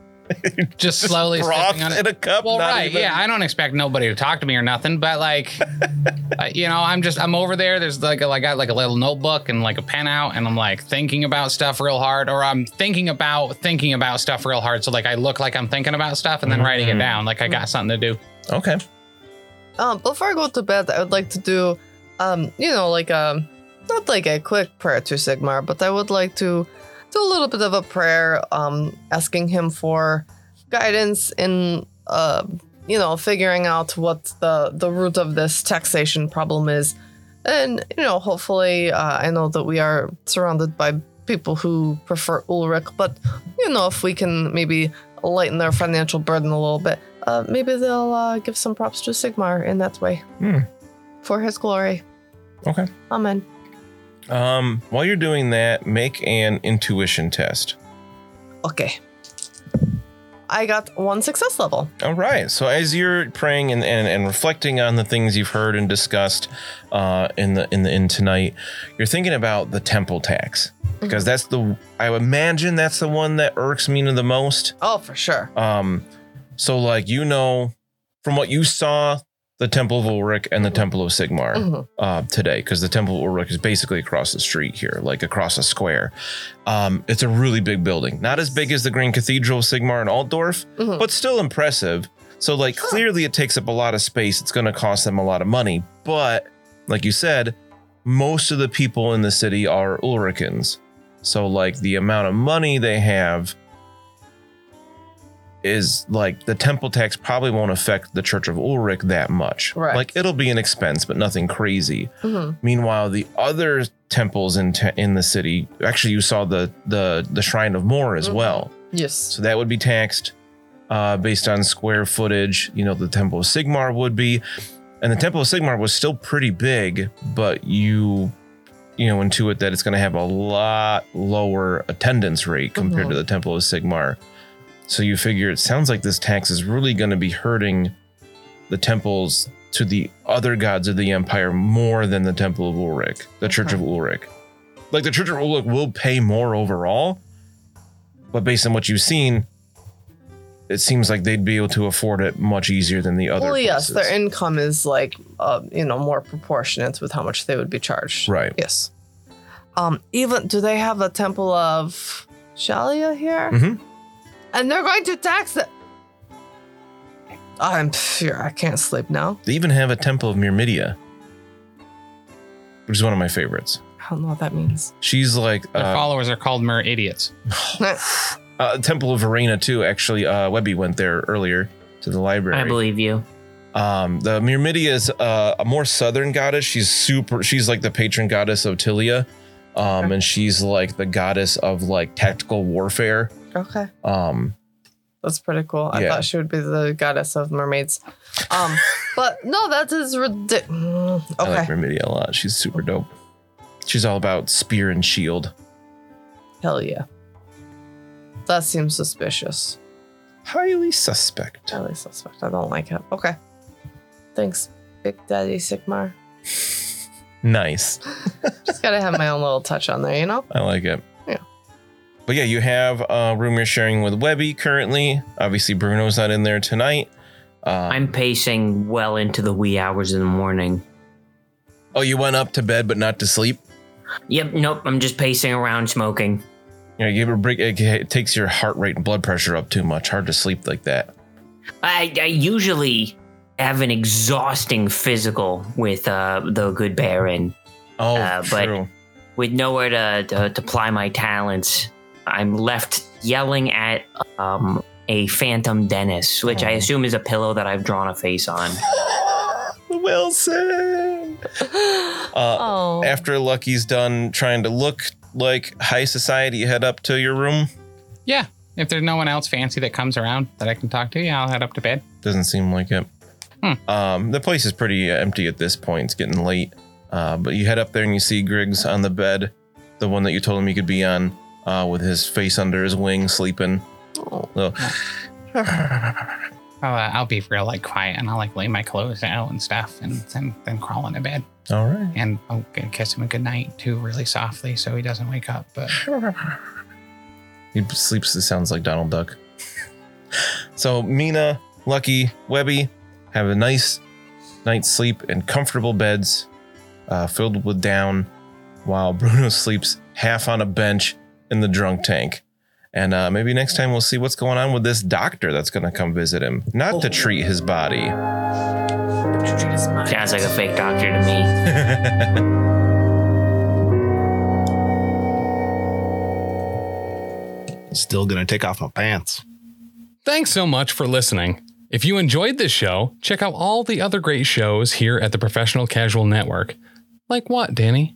just, slowly broth sipping on it. in a cup. Well, not right, even- yeah. I don't expect nobody to talk to me or nothing, but like, uh, you know, I'm just I'm over there. There's like a, I got like a little notebook and like a pen out, and I'm like thinking about stuff real hard, or I'm thinking about thinking about stuff real hard. So like I look like I'm thinking about stuff and then writing it Mhm. down, like I got something to do. Okay. Um, before I go to bed, I would like to do, um, you know, like um, not like a quick prayer to Sigmar, but I would like to do a little bit of a prayer, um, asking him for guidance in, uh, you know, figuring out what the the root of this taxation problem is, and you know, hopefully, uh, I know that we are surrounded by people who prefer Ulrich, but you know, if we can maybe lighten their financial burden a little bit uh, maybe they'll uh, give some props to Sigmar in that way. Hmm. For his glory. Okay. Amen. Um, while you're doing that, make an intuition test. Okay. I got one success level. All right. So as you're praying and, and, and reflecting on the things you've heard and discussed uh, in the in the in tonight, you're thinking about the temple tax Mm-hmm. because that's the I would imagine that's the one that irks Mina the most. Oh, for sure. Um, so like you know, from what you saw, the Temple of Ulrich and the Temple of Sigmar. Mhm. uh, today because the Temple of Ulrich is basically across the street here, like across a square. Um, it's a really big building, not as big as the Green Cathedral of Sigmar in Altdorf, Mhm. but still impressive. So like clearly it takes up a lot of space. It's going to cost them a lot of money. But like you said, most of the people in the city are Ulricans. So like the amount of money they have is like the temple tax probably won't affect the Church of Ulrich that much. Correct. Like it'll be an expense, but nothing crazy. Mhm. Meanwhile, the other temples in te- in the city, actually, you saw the the the Shrine of Mor as Mhm. well. Yes. So that would be taxed uh, based on square footage. You know, the Temple of Sigmar would be, and the Temple of Sigmar was still pretty big, but you, you know, intuit that it's going to have a lot lower attendance rate compared to the Temple of Sigmar. So you figure it sounds like this tax is really going to be hurting the temples to the other gods of the empire more than the Temple of Ulrich, the Church of Ulrich. Like the Church of Ulrich will pay more overall, but based on what you've seen, it seems like they'd be able to afford it much easier than the other. Well, yes, places. their income is like uh, you know more proportionate with how much they would be charged. right. Yes. Um. Even do they have a temple of Shalia here? Mhm. And they're going to tax it. I'm phew, I can't sleep now. They even have a Temple of Myrmidia, which is one of my favorites. I don't know what that means. She's like Their uh, followers are called mer idiots. uh, Temple of Verena too. Actually, uh, Webby went there earlier to the library. I believe you. Um, the Myrmidia is uh, a more southern goddess. She's super. She's like the patron goddess of Tilia, um, and she's like the goddess of like tactical warfare. okay. Um, That's pretty cool. I Yeah. thought she would be the goddess of mermaids. Um, but no, that is ridiculous. Okay. I like Myrmidia a lot. She's super dope. She's all about spear and shield. Hell yeah. That seems suspicious. Highly suspect. Highly suspect. I don't like it. Okay. Thanks, Big Daddy Sigmar. Nice. Just gotta have my own little touch on there, you know? I like it. Yeah. But yeah, you have a room you're sharing with Webby currently. Obviously, Bruno's not in there tonight. Uh, I'm pacing well into the wee hours in the morning. oh, you went up to bed but not to sleep. Yep, nope, I'm just pacing around smoking. Yeah, you ever break? It it takes your heart rate and blood pressure up too much. Hard to sleep like that. I, I usually have an exhausting physical with uh, the good Baron. Oh, Uh, but- true. With nowhere to, to, to ply my talents, I'm left yelling at um, a phantom Dennis, which I assume is a pillow that I've drawn a face on. Wilson. Uh, oh. After Lucky's done trying to look like high society, you head up to your room. Yeah. If there's no one else fancy that comes around that I can talk to, yeah, I'll head up to bed. Doesn't seem like it. Hmm. Um, the place is pretty empty at this point. It's getting late. Uh, but you head up there and you see Griggs on the bed, the one that you told him he could be on, uh, with his face under his wing, sleeping. Oh. So, I'll, uh, I'll be real like quiet and I'll like lay my clothes out and stuff and then, then crawl into bed all right. and I'll g- kiss him a good night too, really softly so he doesn't wake up. But He sleeps. It sounds like Donald Duck. so Mina, Lucky, Webby have a nice night's sleep in comfortable beds uh, filled with down, while Bruno sleeps half on a bench in the drunk tank. And uh, maybe next time we'll see what's going on with this doctor that's going to come visit him, not to treat his body. Sounds like a fake doctor to me. Still gonna take off my pants. Thanks so much for listening. If you enjoyed this show, check out all the other great shows here at the Professional Casual Network. Like what, Danny?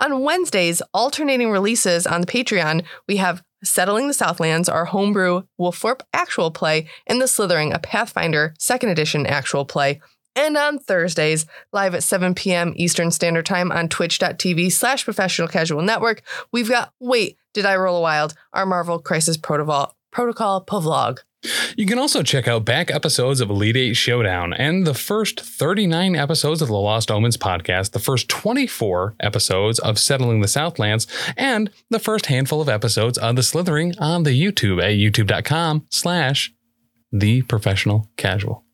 On Wednesdays, alternating releases on the Patreon, we have Settling the Southlands, our homebrew Wolforp actual play, and The Slithering, a Pathfinder second edition actual play. And on Thursdays, live at 7 p.m. Eastern Standard Time on twitch.tv slash professional casual network, we've got Wait, Did I Roll a Wild? Our Marvel Crisis Protocol, Protocol Pavlog. You can also check out back episodes of Elite Eight Showdown and the first 39 episodes of the Lost Omens podcast, the first 24 episodes of Settling the Southlands, and the first handful of episodes of The Slithering on the YouTube at youtube.com slash the professional casual.